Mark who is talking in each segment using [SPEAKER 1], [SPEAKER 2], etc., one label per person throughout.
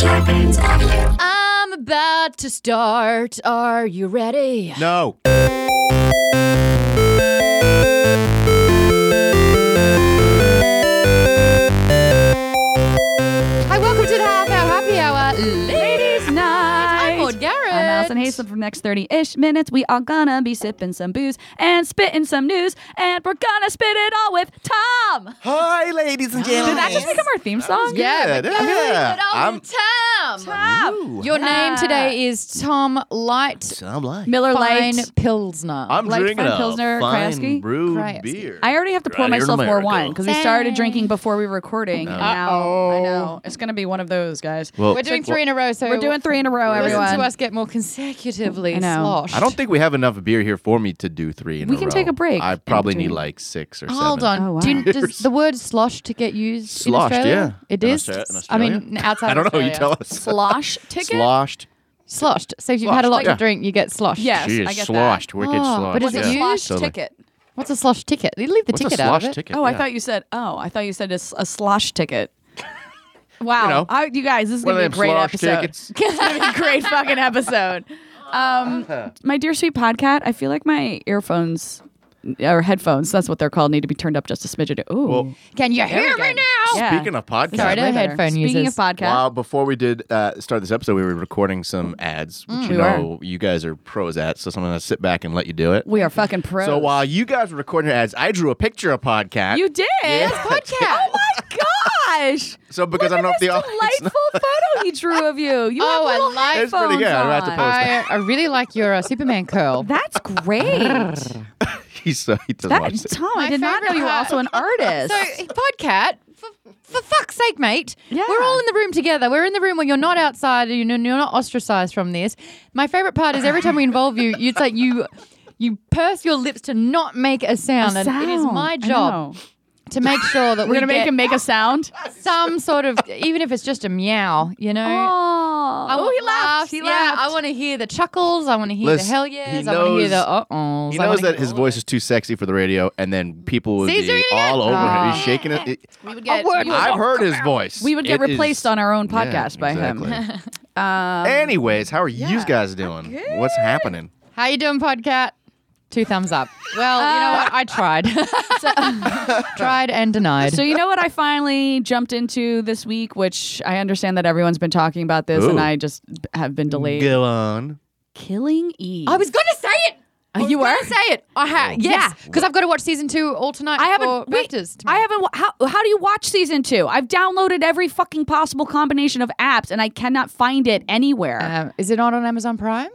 [SPEAKER 1] Scarpins Avenue.
[SPEAKER 2] I'm about to start. Are you ready?
[SPEAKER 3] No.
[SPEAKER 2] Hi, welcome to the half hour happy hour, ladies' night. I'm Maud Garrett.
[SPEAKER 4] I'm Allison Haslip for the next 30 ish minutes. We are gonna be sipping some booze and spitting some news, and we're gonna spit it all with Tom.
[SPEAKER 3] Hi, ladies and gentlemen.
[SPEAKER 4] Did that just become our theme song?
[SPEAKER 2] Yeah,
[SPEAKER 3] Yeah,
[SPEAKER 2] but I'm really
[SPEAKER 3] yeah.
[SPEAKER 2] good old
[SPEAKER 3] I'm-
[SPEAKER 2] Tom.
[SPEAKER 3] Ooh.
[SPEAKER 2] Your name
[SPEAKER 4] Yeah.
[SPEAKER 2] today is Tom Light
[SPEAKER 3] So I'm like.
[SPEAKER 4] Miller
[SPEAKER 2] Fine
[SPEAKER 4] Lite.
[SPEAKER 2] Pilsner.
[SPEAKER 3] I'm
[SPEAKER 4] Light
[SPEAKER 3] drinking
[SPEAKER 4] fine
[SPEAKER 3] a
[SPEAKER 4] Pilsner,
[SPEAKER 3] fine
[SPEAKER 4] Krajewski?
[SPEAKER 3] brewed
[SPEAKER 2] Krajewski.
[SPEAKER 3] beer.
[SPEAKER 4] I already have to pour
[SPEAKER 3] Right here in
[SPEAKER 4] myself more
[SPEAKER 3] America.
[SPEAKER 4] wine because we
[SPEAKER 2] Dang.
[SPEAKER 4] started drinking before we were recording. and Now I
[SPEAKER 2] Uh-oh.
[SPEAKER 4] know it's gonna be one of those guys.
[SPEAKER 3] Well,
[SPEAKER 2] We're doing three in a row, so
[SPEAKER 4] we're doing three in a row,
[SPEAKER 2] Listen
[SPEAKER 4] everyone.
[SPEAKER 2] to us get more consecutively
[SPEAKER 4] I know.
[SPEAKER 2] sloshed.
[SPEAKER 3] I don't think we have enough beer here for me to do three in
[SPEAKER 4] We
[SPEAKER 3] a
[SPEAKER 4] can
[SPEAKER 3] row.
[SPEAKER 4] take a break
[SPEAKER 3] I
[SPEAKER 4] in
[SPEAKER 3] probably need
[SPEAKER 4] between.
[SPEAKER 3] like six or
[SPEAKER 2] Hold
[SPEAKER 3] seven.
[SPEAKER 2] on.
[SPEAKER 4] Oh,
[SPEAKER 2] Do you,
[SPEAKER 4] wow.
[SPEAKER 2] does the word slosh to get used
[SPEAKER 3] Sloshed,
[SPEAKER 2] in Australia?
[SPEAKER 3] yeah.
[SPEAKER 2] It
[SPEAKER 3] In
[SPEAKER 2] is.
[SPEAKER 3] Austra- in
[SPEAKER 2] I mean,
[SPEAKER 3] Australia?
[SPEAKER 2] outside
[SPEAKER 3] I don't
[SPEAKER 2] of
[SPEAKER 3] know. You
[SPEAKER 2] Australia.
[SPEAKER 3] tell us.
[SPEAKER 4] Slosh ticket.
[SPEAKER 3] Sloshed.
[SPEAKER 2] Sloshed. So if you've had a
[SPEAKER 3] Sloshed,
[SPEAKER 2] lot to
[SPEAKER 3] yeah.
[SPEAKER 2] drink, you get sloshed.
[SPEAKER 4] Yes,
[SPEAKER 3] She
[SPEAKER 4] I
[SPEAKER 3] is
[SPEAKER 4] get
[SPEAKER 3] sloshed. Wicked
[SPEAKER 2] Oh,
[SPEAKER 3] sloshed.
[SPEAKER 2] but is
[SPEAKER 4] that.
[SPEAKER 2] it
[SPEAKER 3] yeah.
[SPEAKER 2] you?
[SPEAKER 4] Slosh
[SPEAKER 3] Totally.
[SPEAKER 4] ticket.
[SPEAKER 2] What's a slosh ticket? You leave the
[SPEAKER 3] What's
[SPEAKER 2] ticket
[SPEAKER 3] a
[SPEAKER 2] out
[SPEAKER 3] slosh
[SPEAKER 2] of it.
[SPEAKER 3] ticket?
[SPEAKER 4] Oh, I
[SPEAKER 3] Yeah.
[SPEAKER 4] thought you said. Oh, I thought you said a, s- a slosh ticket. Wow, you,
[SPEAKER 3] know.
[SPEAKER 4] I, you guys, this is
[SPEAKER 3] One
[SPEAKER 4] gonna be a
[SPEAKER 3] of them
[SPEAKER 4] great
[SPEAKER 3] slosh
[SPEAKER 4] episode.
[SPEAKER 3] tickets.
[SPEAKER 4] it's gonna be a great fucking episode. Um, my dear sweet podcat, I feel like my earphones or headphones—that's what they're called—need to be turned up just a smidgen. Ooh,
[SPEAKER 3] Well,
[SPEAKER 2] Can you hear me now?
[SPEAKER 4] Yeah.
[SPEAKER 3] Speaking of podcasts,
[SPEAKER 2] Sorry, I
[SPEAKER 4] Way
[SPEAKER 2] don't
[SPEAKER 4] better.
[SPEAKER 2] headphone
[SPEAKER 4] Speaking
[SPEAKER 2] users.
[SPEAKER 4] of podcast,
[SPEAKER 3] Wow, before we did uh, start this episode, we were recording some ads, which you
[SPEAKER 4] Mm. We were.
[SPEAKER 3] know you guys are pros at. So I'm going to sit back and let you do it.
[SPEAKER 4] we are fucking pros.
[SPEAKER 3] So while you guys were recording your ads, I drew a picture of podcast.
[SPEAKER 4] you did
[SPEAKER 3] Yeah.
[SPEAKER 4] podcast. Oh my gosh!
[SPEAKER 3] So because I don't
[SPEAKER 4] Look
[SPEAKER 3] know
[SPEAKER 4] at
[SPEAKER 3] if the
[SPEAKER 4] this
[SPEAKER 3] audience
[SPEAKER 4] delightful photo he drew of you. You
[SPEAKER 2] Oh, I
[SPEAKER 4] have little
[SPEAKER 2] like-
[SPEAKER 3] It's pretty good.
[SPEAKER 4] headphones
[SPEAKER 3] I'm about to
[SPEAKER 4] on.
[SPEAKER 3] post
[SPEAKER 2] I, I really like your uh, Superman curl.
[SPEAKER 4] That's great.
[SPEAKER 3] he's so he doesn't
[SPEAKER 4] That
[SPEAKER 3] watch it.
[SPEAKER 4] Tom,
[SPEAKER 2] My
[SPEAKER 4] I did not know
[SPEAKER 2] favorite
[SPEAKER 4] you were
[SPEAKER 2] part.
[SPEAKER 4] also an artist.
[SPEAKER 2] So, Podcat, for, for fuck's sake, mate,
[SPEAKER 4] Yeah.
[SPEAKER 2] we're all in the room together. We're in the room where you're not outside and you're you're not ostracized from this. My favorite part is every time we involve you, it's like you you purse your lips to not make a sound. And it is my job to make sure that
[SPEAKER 4] We're
[SPEAKER 2] we
[SPEAKER 4] gonna make
[SPEAKER 2] get
[SPEAKER 4] him make a sound.
[SPEAKER 2] some sort of, even if it's just a meow, you know?
[SPEAKER 4] Oh,
[SPEAKER 2] I want
[SPEAKER 4] he laughed.
[SPEAKER 2] laughs.
[SPEAKER 4] He
[SPEAKER 2] yeah,
[SPEAKER 4] laughed.
[SPEAKER 2] I want to hear the chuckles. I want to hear
[SPEAKER 3] Listen,
[SPEAKER 2] the hell
[SPEAKER 3] he
[SPEAKER 2] yes. I want to hear
[SPEAKER 3] knows-
[SPEAKER 2] the uh-uh. uh-ohs.
[SPEAKER 3] He
[SPEAKER 2] I
[SPEAKER 3] knows
[SPEAKER 2] wanna
[SPEAKER 3] that
[SPEAKER 2] hear
[SPEAKER 3] his
[SPEAKER 2] all
[SPEAKER 3] voice is too sexy for the radio, and then people would
[SPEAKER 2] See, he's doing
[SPEAKER 3] be
[SPEAKER 2] it again.
[SPEAKER 3] all over him.
[SPEAKER 2] Oh.
[SPEAKER 3] He's shaking it.
[SPEAKER 2] We would get- you would-
[SPEAKER 3] I've heard his voice.
[SPEAKER 4] we would get
[SPEAKER 3] It is-
[SPEAKER 4] replaced on our own
[SPEAKER 3] Yeah,
[SPEAKER 4] podcast by him.
[SPEAKER 3] exactly.
[SPEAKER 4] Um,
[SPEAKER 3] Anyways, how are you guys doing? What's happening?
[SPEAKER 2] How you doing, Podcat? Two thumbs up. Well, you know
[SPEAKER 4] Uh,
[SPEAKER 2] what? I tried. tried and denied.
[SPEAKER 4] so you know what I finally jumped into this week, which I understand that everyone's been talking about this, and
[SPEAKER 3] Ooh.
[SPEAKER 4] I just have been delayed.
[SPEAKER 3] Go on.
[SPEAKER 4] Killing Eve.
[SPEAKER 2] I was going to say it. I
[SPEAKER 4] you
[SPEAKER 2] was
[SPEAKER 4] were?
[SPEAKER 2] gonna say it. I ha- yes, because Oh. I've got to watch season two all tonight.
[SPEAKER 4] I
[SPEAKER 2] for
[SPEAKER 4] haven't. Wait,
[SPEAKER 2] Raptors tomorrow.
[SPEAKER 4] I haven't. wa- How, how do you watch season two? I've downloaded every fucking possible combination of apps, and I cannot find it anywhere.
[SPEAKER 2] Um, is it not on Amazon Prime?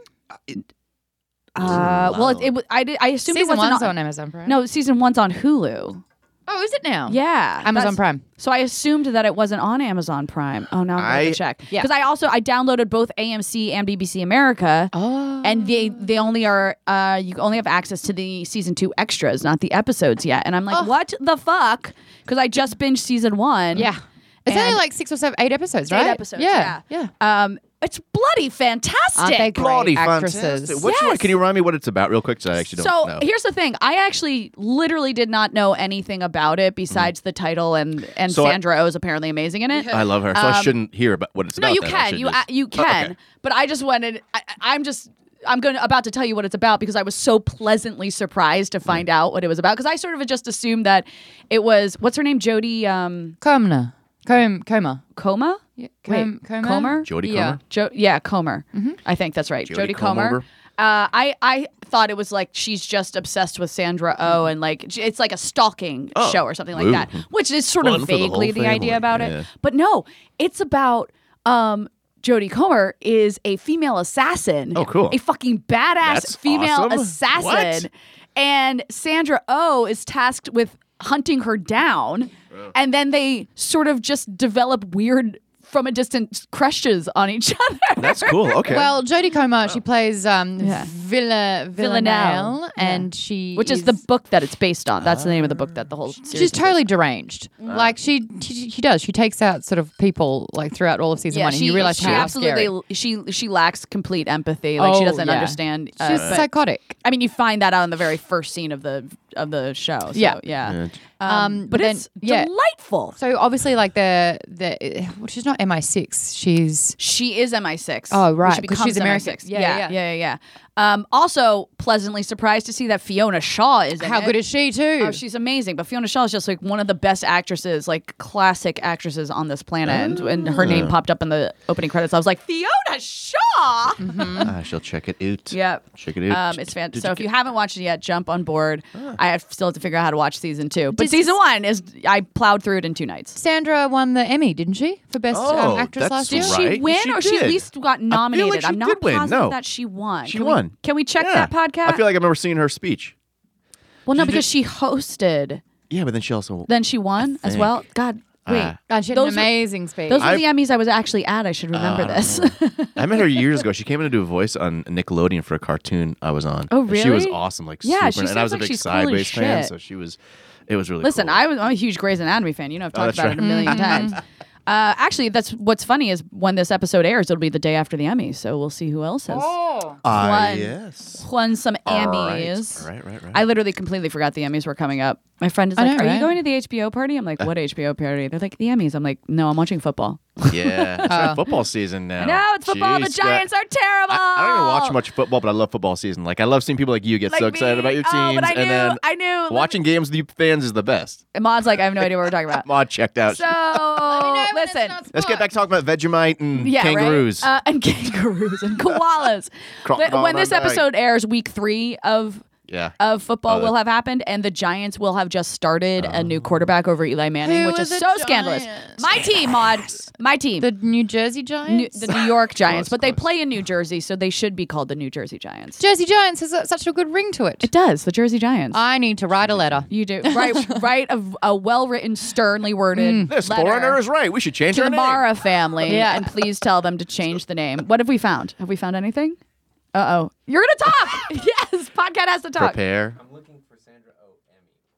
[SPEAKER 4] Uh, well, it, it wa- I did, I assumed
[SPEAKER 2] Season
[SPEAKER 4] it wasn't
[SPEAKER 2] one's on Amazon Prime.
[SPEAKER 4] No, season one's on Hulu.
[SPEAKER 2] Oh, is it now?
[SPEAKER 4] Yeah,
[SPEAKER 2] Amazon
[SPEAKER 4] that's-
[SPEAKER 2] Prime.
[SPEAKER 4] So I assumed that it wasn't on Amazon Prime. Oh, now I'm going
[SPEAKER 3] I-
[SPEAKER 4] to check.
[SPEAKER 2] Yeah.
[SPEAKER 4] Because I also I downloaded both AMC and BBC America,
[SPEAKER 2] Oh.
[SPEAKER 4] and they they only are uh you only have access to the season two extras, not the episodes yet. And I'm like,
[SPEAKER 2] Ugh.
[SPEAKER 4] what the fuck? Because I just binged season one.
[SPEAKER 2] yeah. It's only
[SPEAKER 4] And-
[SPEAKER 2] like six or seven, eight episodes,
[SPEAKER 4] Eight
[SPEAKER 2] right?
[SPEAKER 4] episodes,
[SPEAKER 2] Yeah.
[SPEAKER 4] yeah.
[SPEAKER 2] yeah.
[SPEAKER 4] Um, it's bloody
[SPEAKER 2] Aren't they
[SPEAKER 4] fantastic.
[SPEAKER 2] great
[SPEAKER 3] Bloody
[SPEAKER 2] actresses?
[SPEAKER 3] fantastic. Which one? Can you remind me what it's about real quick? 'Cause I actually don't
[SPEAKER 4] so
[SPEAKER 3] know.
[SPEAKER 4] here's the thing: I actually literally did not know anything about it besides the title and and
[SPEAKER 3] So I-
[SPEAKER 4] Sandra Oh is apparently amazing in it.
[SPEAKER 3] I love her, so I shouldn't hear about what it's
[SPEAKER 4] Um, No,
[SPEAKER 3] about.
[SPEAKER 4] you
[SPEAKER 3] then. I
[SPEAKER 4] can.
[SPEAKER 3] should
[SPEAKER 4] You
[SPEAKER 3] just-
[SPEAKER 4] a- you
[SPEAKER 3] Oh,
[SPEAKER 4] can.
[SPEAKER 3] okay.
[SPEAKER 4] But I just wanted. I, I'm just. I'm going to about to tell you what it's about because I was so pleasantly surprised to find
[SPEAKER 3] Mm.
[SPEAKER 4] out what it was about because I sort of just assumed that it was what's her name Jodie um,
[SPEAKER 2] Comna. Com- coma.
[SPEAKER 4] Coma. Yeah,
[SPEAKER 2] Com- coma?
[SPEAKER 4] Comer. Mm-hmm.
[SPEAKER 3] Jodie
[SPEAKER 2] Yeah.
[SPEAKER 3] Comer?
[SPEAKER 4] Jo- yeah, Comer. I think that's right.
[SPEAKER 3] Jodie
[SPEAKER 4] Jodie Comer.
[SPEAKER 3] Comer.
[SPEAKER 4] Uh, I I thought it was like she's just obsessed with Sandra Oh and like j- it's like a stalking
[SPEAKER 3] Oh.
[SPEAKER 4] show or something like
[SPEAKER 3] Ooh.
[SPEAKER 4] that, which is sort
[SPEAKER 3] Fun
[SPEAKER 4] of
[SPEAKER 3] for the whole
[SPEAKER 4] vaguely the, idea
[SPEAKER 3] family,
[SPEAKER 4] about
[SPEAKER 3] yeah.
[SPEAKER 4] it. But no, it's about um. Jodie Comer is a female assassin.
[SPEAKER 3] Oh, cool.
[SPEAKER 4] A fucking badass
[SPEAKER 3] That's
[SPEAKER 4] female
[SPEAKER 3] awesome.
[SPEAKER 4] assassin.
[SPEAKER 3] What?
[SPEAKER 4] And Sandra Oh is tasked with hunting her down. And then they sort of just develop weird from a distance crushes on each other.
[SPEAKER 3] That's cool. Okay.
[SPEAKER 2] Well, Jodie Comer, she plays um,
[SPEAKER 4] Yeah.
[SPEAKER 2] v- Villa Villanelle,
[SPEAKER 4] Villanelle, yeah.
[SPEAKER 2] and she,
[SPEAKER 4] which is the book that it's based on. That's the name of the book that the whole series.
[SPEAKER 2] She's
[SPEAKER 4] is based
[SPEAKER 2] totally deranged. Like she, she, she does. She takes out sort of people like throughout all of season one, and you realize
[SPEAKER 4] she
[SPEAKER 2] how
[SPEAKER 4] absolutely
[SPEAKER 2] scary.
[SPEAKER 4] she she lacks complete empathy. Like she
[SPEAKER 2] Oh,
[SPEAKER 4] doesn't
[SPEAKER 2] yeah.
[SPEAKER 4] understand. uh,
[SPEAKER 2] She's
[SPEAKER 4] but-
[SPEAKER 2] psychotic.
[SPEAKER 4] I mean, you find that out in the very first scene of the of the show. So,
[SPEAKER 2] Yeah.
[SPEAKER 4] yeah,
[SPEAKER 3] Yeah.
[SPEAKER 4] Um,
[SPEAKER 2] Um,
[SPEAKER 4] but
[SPEAKER 2] then-
[SPEAKER 4] it's
[SPEAKER 2] yeah.
[SPEAKER 4] delightful.
[SPEAKER 2] So obviously, like the the well, she's not MI six. She's
[SPEAKER 4] She is MI6.
[SPEAKER 2] Oh,
[SPEAKER 4] Well,
[SPEAKER 2] right, 'cause
[SPEAKER 4] She becomes
[SPEAKER 2] she's American.
[SPEAKER 4] MI6.
[SPEAKER 2] Yeah,
[SPEAKER 4] Yeah, yeah,
[SPEAKER 2] yeah.
[SPEAKER 4] yeah, yeah. yeah. Um, also, pleasantly surprised to see that Fiona Shaw is. in
[SPEAKER 2] how
[SPEAKER 4] it.
[SPEAKER 2] good is she too?
[SPEAKER 4] Oh, she's amazing. But Fiona Shaw is just like one of the best actresses, like classic actresses on this planet. And when her name popped up in the opening credits, I was like, Fiona Shaw.
[SPEAKER 3] I shall check it out.
[SPEAKER 4] Yep.
[SPEAKER 3] Check it out.
[SPEAKER 4] Mm. Um, it's
[SPEAKER 3] Did
[SPEAKER 4] fantastic. So
[SPEAKER 3] you
[SPEAKER 4] if
[SPEAKER 3] get-
[SPEAKER 4] you haven't watched it yet, jump on board. I have, still have to figure out how to watch season two, but
[SPEAKER 2] Ah. Does-
[SPEAKER 4] season one is I plowed through it in two nights.
[SPEAKER 2] Sandra won the Emmy, didn't she, for best
[SPEAKER 3] Oh,
[SPEAKER 2] um, actress last
[SPEAKER 3] that's
[SPEAKER 2] year?
[SPEAKER 3] right.
[SPEAKER 4] She win,
[SPEAKER 3] She
[SPEAKER 4] or she at
[SPEAKER 3] did.
[SPEAKER 4] least got
[SPEAKER 3] like
[SPEAKER 4] nominated.
[SPEAKER 3] she
[SPEAKER 4] I'm not
[SPEAKER 3] did win.
[SPEAKER 4] positive
[SPEAKER 3] No.
[SPEAKER 4] that she won.
[SPEAKER 3] She
[SPEAKER 4] Can we-
[SPEAKER 3] won.
[SPEAKER 4] can we check
[SPEAKER 3] Yeah.
[SPEAKER 4] that podcast?
[SPEAKER 3] I feel like I remember seeing her speech.
[SPEAKER 4] well, no,
[SPEAKER 3] she did-
[SPEAKER 4] because she hosted,
[SPEAKER 3] Yeah, but then she also.
[SPEAKER 4] then she won as
[SPEAKER 3] think.
[SPEAKER 4] well. God, wait.
[SPEAKER 3] Ah.
[SPEAKER 2] And Oh, she had
[SPEAKER 4] Those
[SPEAKER 2] an
[SPEAKER 4] were-
[SPEAKER 2] amazing speech.
[SPEAKER 4] Those are
[SPEAKER 3] I- Ah.
[SPEAKER 4] the Emmys I was actually at. I should remember this.
[SPEAKER 3] I met her years ago. She came in to do a voice on Nickelodeon for a cartoon I was on.
[SPEAKER 4] Oh,
[SPEAKER 3] And She was
[SPEAKER 4] really?
[SPEAKER 3] awesome. Like,
[SPEAKER 4] Yeah, she
[SPEAKER 3] super, and I
[SPEAKER 4] seems
[SPEAKER 3] was a
[SPEAKER 4] like
[SPEAKER 3] big
[SPEAKER 4] she's cool as
[SPEAKER 3] sideways fan,
[SPEAKER 4] shit.
[SPEAKER 3] so she was. It was really.
[SPEAKER 4] Listen,
[SPEAKER 3] cool.
[SPEAKER 4] I was, I'm a huge Grey's Anatomy fan. You know, I've talked
[SPEAKER 3] Oh, that's Mm-hmm.
[SPEAKER 4] about
[SPEAKER 3] right.
[SPEAKER 4] it a 1000000 times. Uh, actually, that's what's funny is when this episode airs, it'll be the day after the Emmys. So we'll see who else has
[SPEAKER 2] Oh.
[SPEAKER 4] Oh,
[SPEAKER 3] Ah,
[SPEAKER 4] won.
[SPEAKER 3] yes.
[SPEAKER 4] won some
[SPEAKER 3] All
[SPEAKER 4] Emmys.
[SPEAKER 3] Right, right, right.
[SPEAKER 4] I literally completely forgot the Emmys were coming up. My friend is
[SPEAKER 2] I
[SPEAKER 4] like,
[SPEAKER 2] know,
[SPEAKER 4] "Are
[SPEAKER 2] right?
[SPEAKER 4] you going to the HBO party?" I'm like, "What HBO party?" They're like, "The Emmys." I'm like, "No, I'm watching football."
[SPEAKER 3] yeah, it's like football season now.
[SPEAKER 4] No, Uh, it's football.
[SPEAKER 3] Oh, Jeez,
[SPEAKER 4] the Giants are terrible.
[SPEAKER 3] I, I don't even watch much football, but I love football season. Like I love seeing people like you get
[SPEAKER 4] Like
[SPEAKER 3] so excited
[SPEAKER 4] me?
[SPEAKER 3] about your teams,
[SPEAKER 4] Oh, but I
[SPEAKER 3] and
[SPEAKER 4] knew-
[SPEAKER 3] then
[SPEAKER 4] I knew.
[SPEAKER 3] watching games with you fans is the best.
[SPEAKER 4] And Maud's like, "I have no idea what we're talking about."
[SPEAKER 3] Mod checked out.
[SPEAKER 4] So listen,
[SPEAKER 3] Let's get back to talking about Vegemite and
[SPEAKER 4] yeah, right?
[SPEAKER 3] kangaroos.
[SPEAKER 4] uh, and kangaroos and koalas.
[SPEAKER 3] Crocodile
[SPEAKER 4] when this
[SPEAKER 3] Dundee.
[SPEAKER 4] episode airs, week three of
[SPEAKER 3] yeah.
[SPEAKER 4] of football
[SPEAKER 3] Oh,
[SPEAKER 4] will have happened, and the Giants will have just started a new quarterback over Eli Manning,
[SPEAKER 2] Who
[SPEAKER 4] which
[SPEAKER 2] are
[SPEAKER 4] is
[SPEAKER 2] the
[SPEAKER 4] so scandalous.
[SPEAKER 2] Giants?
[SPEAKER 4] My team, Maud, my team,
[SPEAKER 2] the
[SPEAKER 4] the,
[SPEAKER 2] New Jersey
[SPEAKER 4] New,
[SPEAKER 2] Giants.
[SPEAKER 4] the New York Giants,
[SPEAKER 3] Close,
[SPEAKER 4] but they
[SPEAKER 3] close.
[SPEAKER 4] play in New Jersey, so they should be called the New Jersey Giants.
[SPEAKER 2] Jersey Giants has uh, such a good ring to it.
[SPEAKER 4] It does the Jersey Giants.
[SPEAKER 2] I need to write a letter.
[SPEAKER 4] you do right, right. A, a well-written, sternly worded
[SPEAKER 3] this
[SPEAKER 4] letter
[SPEAKER 3] foreigner is right. We should change
[SPEAKER 4] to
[SPEAKER 3] our
[SPEAKER 4] the
[SPEAKER 3] name.
[SPEAKER 4] Mara family,
[SPEAKER 2] Yeah.
[SPEAKER 4] and please tell them to change the name. What have we found? Have we found anything? Uh oh, you're gonna talk. yes, podcast has to talk.
[SPEAKER 3] Prepare.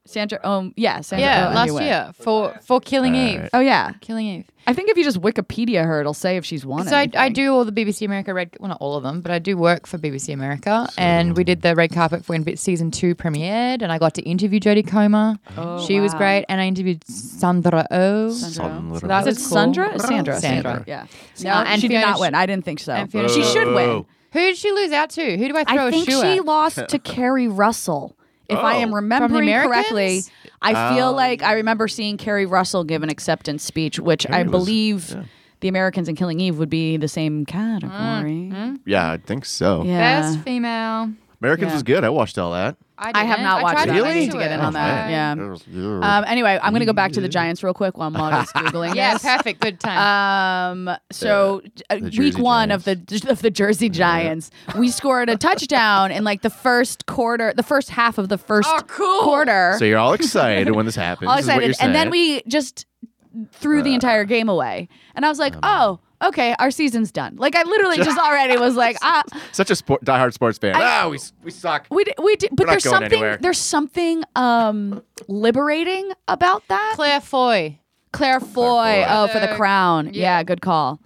[SPEAKER 4] Sandra, um, yeah, Sandra.
[SPEAKER 2] Yeah,
[SPEAKER 4] Oh,
[SPEAKER 2] last
[SPEAKER 4] anyway.
[SPEAKER 2] year for for Killing Eve.
[SPEAKER 4] Oh yeah,
[SPEAKER 2] Killing Eve.
[SPEAKER 4] I think if you just Wikipedia her, it'll say if she's won.
[SPEAKER 2] So I, I
[SPEAKER 4] anything.
[SPEAKER 2] do all the BBC America red, well not all of them, but I do work for BBC America, and we did the red carpet for when bit- season two premiered, and I got to interview Jodie Comer.
[SPEAKER 4] Oh,
[SPEAKER 2] she was
[SPEAKER 4] wow.
[SPEAKER 2] great, and I interviewed Sandra Oh.
[SPEAKER 3] Sandra.
[SPEAKER 2] So that
[SPEAKER 4] Is
[SPEAKER 2] was
[SPEAKER 4] it
[SPEAKER 2] cool.
[SPEAKER 4] Sandra? It's Sandra.
[SPEAKER 2] Sandra.
[SPEAKER 4] Yeah.
[SPEAKER 2] Sandra.
[SPEAKER 4] No,
[SPEAKER 2] And
[SPEAKER 4] she
[SPEAKER 2] Fiona
[SPEAKER 4] did not
[SPEAKER 2] Sh-
[SPEAKER 4] win. I didn't think so.
[SPEAKER 2] and Fiona
[SPEAKER 4] She should win.
[SPEAKER 3] Whoa.
[SPEAKER 2] Who did she lose out to? Who do I throw
[SPEAKER 4] I
[SPEAKER 2] a
[SPEAKER 4] think
[SPEAKER 2] shoe
[SPEAKER 4] she
[SPEAKER 2] at?
[SPEAKER 4] lost to Carrie Russell. If I am
[SPEAKER 3] Oh.
[SPEAKER 4] remembering correctly,
[SPEAKER 2] Americans? Oh.
[SPEAKER 4] I feel like I remember seeing Carrie Russell give an acceptance speech, which I
[SPEAKER 3] was-
[SPEAKER 4] believe the Americans and Killing Eve would be the same category.
[SPEAKER 3] Yeah, I think so.
[SPEAKER 4] Yeah.
[SPEAKER 2] Mm, Best female.
[SPEAKER 3] Americans
[SPEAKER 4] Yeah.
[SPEAKER 3] was good. I watched all that.
[SPEAKER 4] I have
[SPEAKER 2] didn't.
[SPEAKER 4] not watched
[SPEAKER 2] tried
[SPEAKER 4] that. I
[SPEAKER 2] get
[SPEAKER 4] need
[SPEAKER 2] into
[SPEAKER 4] to get in
[SPEAKER 2] it.
[SPEAKER 4] on that.
[SPEAKER 2] Okay. Mm.
[SPEAKER 4] Yeah.
[SPEAKER 3] It was- yeah.
[SPEAKER 4] Um, anyway, I'm going to go back to the Giants real quick while Maud is Googling
[SPEAKER 2] Yeah,
[SPEAKER 4] this.
[SPEAKER 2] perfect. Good time.
[SPEAKER 4] Um. So uh,
[SPEAKER 3] the
[SPEAKER 4] week
[SPEAKER 3] Jersey
[SPEAKER 4] one of the of the Jersey Giants, we scored a touchdown in like the first quarter, the first half of the first
[SPEAKER 2] Oh, cool.
[SPEAKER 4] quarter.
[SPEAKER 3] so you're all excited when this happens.
[SPEAKER 4] all
[SPEAKER 3] is what
[SPEAKER 4] excited,
[SPEAKER 3] you're
[SPEAKER 4] and then
[SPEAKER 3] saying. Uh.
[SPEAKER 4] we just threw the entire game away. And I was like, oh. Okay, our season's done. Like I literally just already was like, ah,
[SPEAKER 3] Such a sport, diehard sports fan.
[SPEAKER 4] I-
[SPEAKER 3] ah, we, s- we suck.
[SPEAKER 4] we did, we did,
[SPEAKER 3] We're
[SPEAKER 4] but
[SPEAKER 3] not
[SPEAKER 4] there's
[SPEAKER 3] going
[SPEAKER 4] something
[SPEAKER 3] anywhere.
[SPEAKER 4] there's something um liberating about that.
[SPEAKER 2] Claire Foy.
[SPEAKER 4] Claire Foy,
[SPEAKER 3] Foy.
[SPEAKER 4] oh, for the
[SPEAKER 2] The-
[SPEAKER 4] crown, yeah, good call.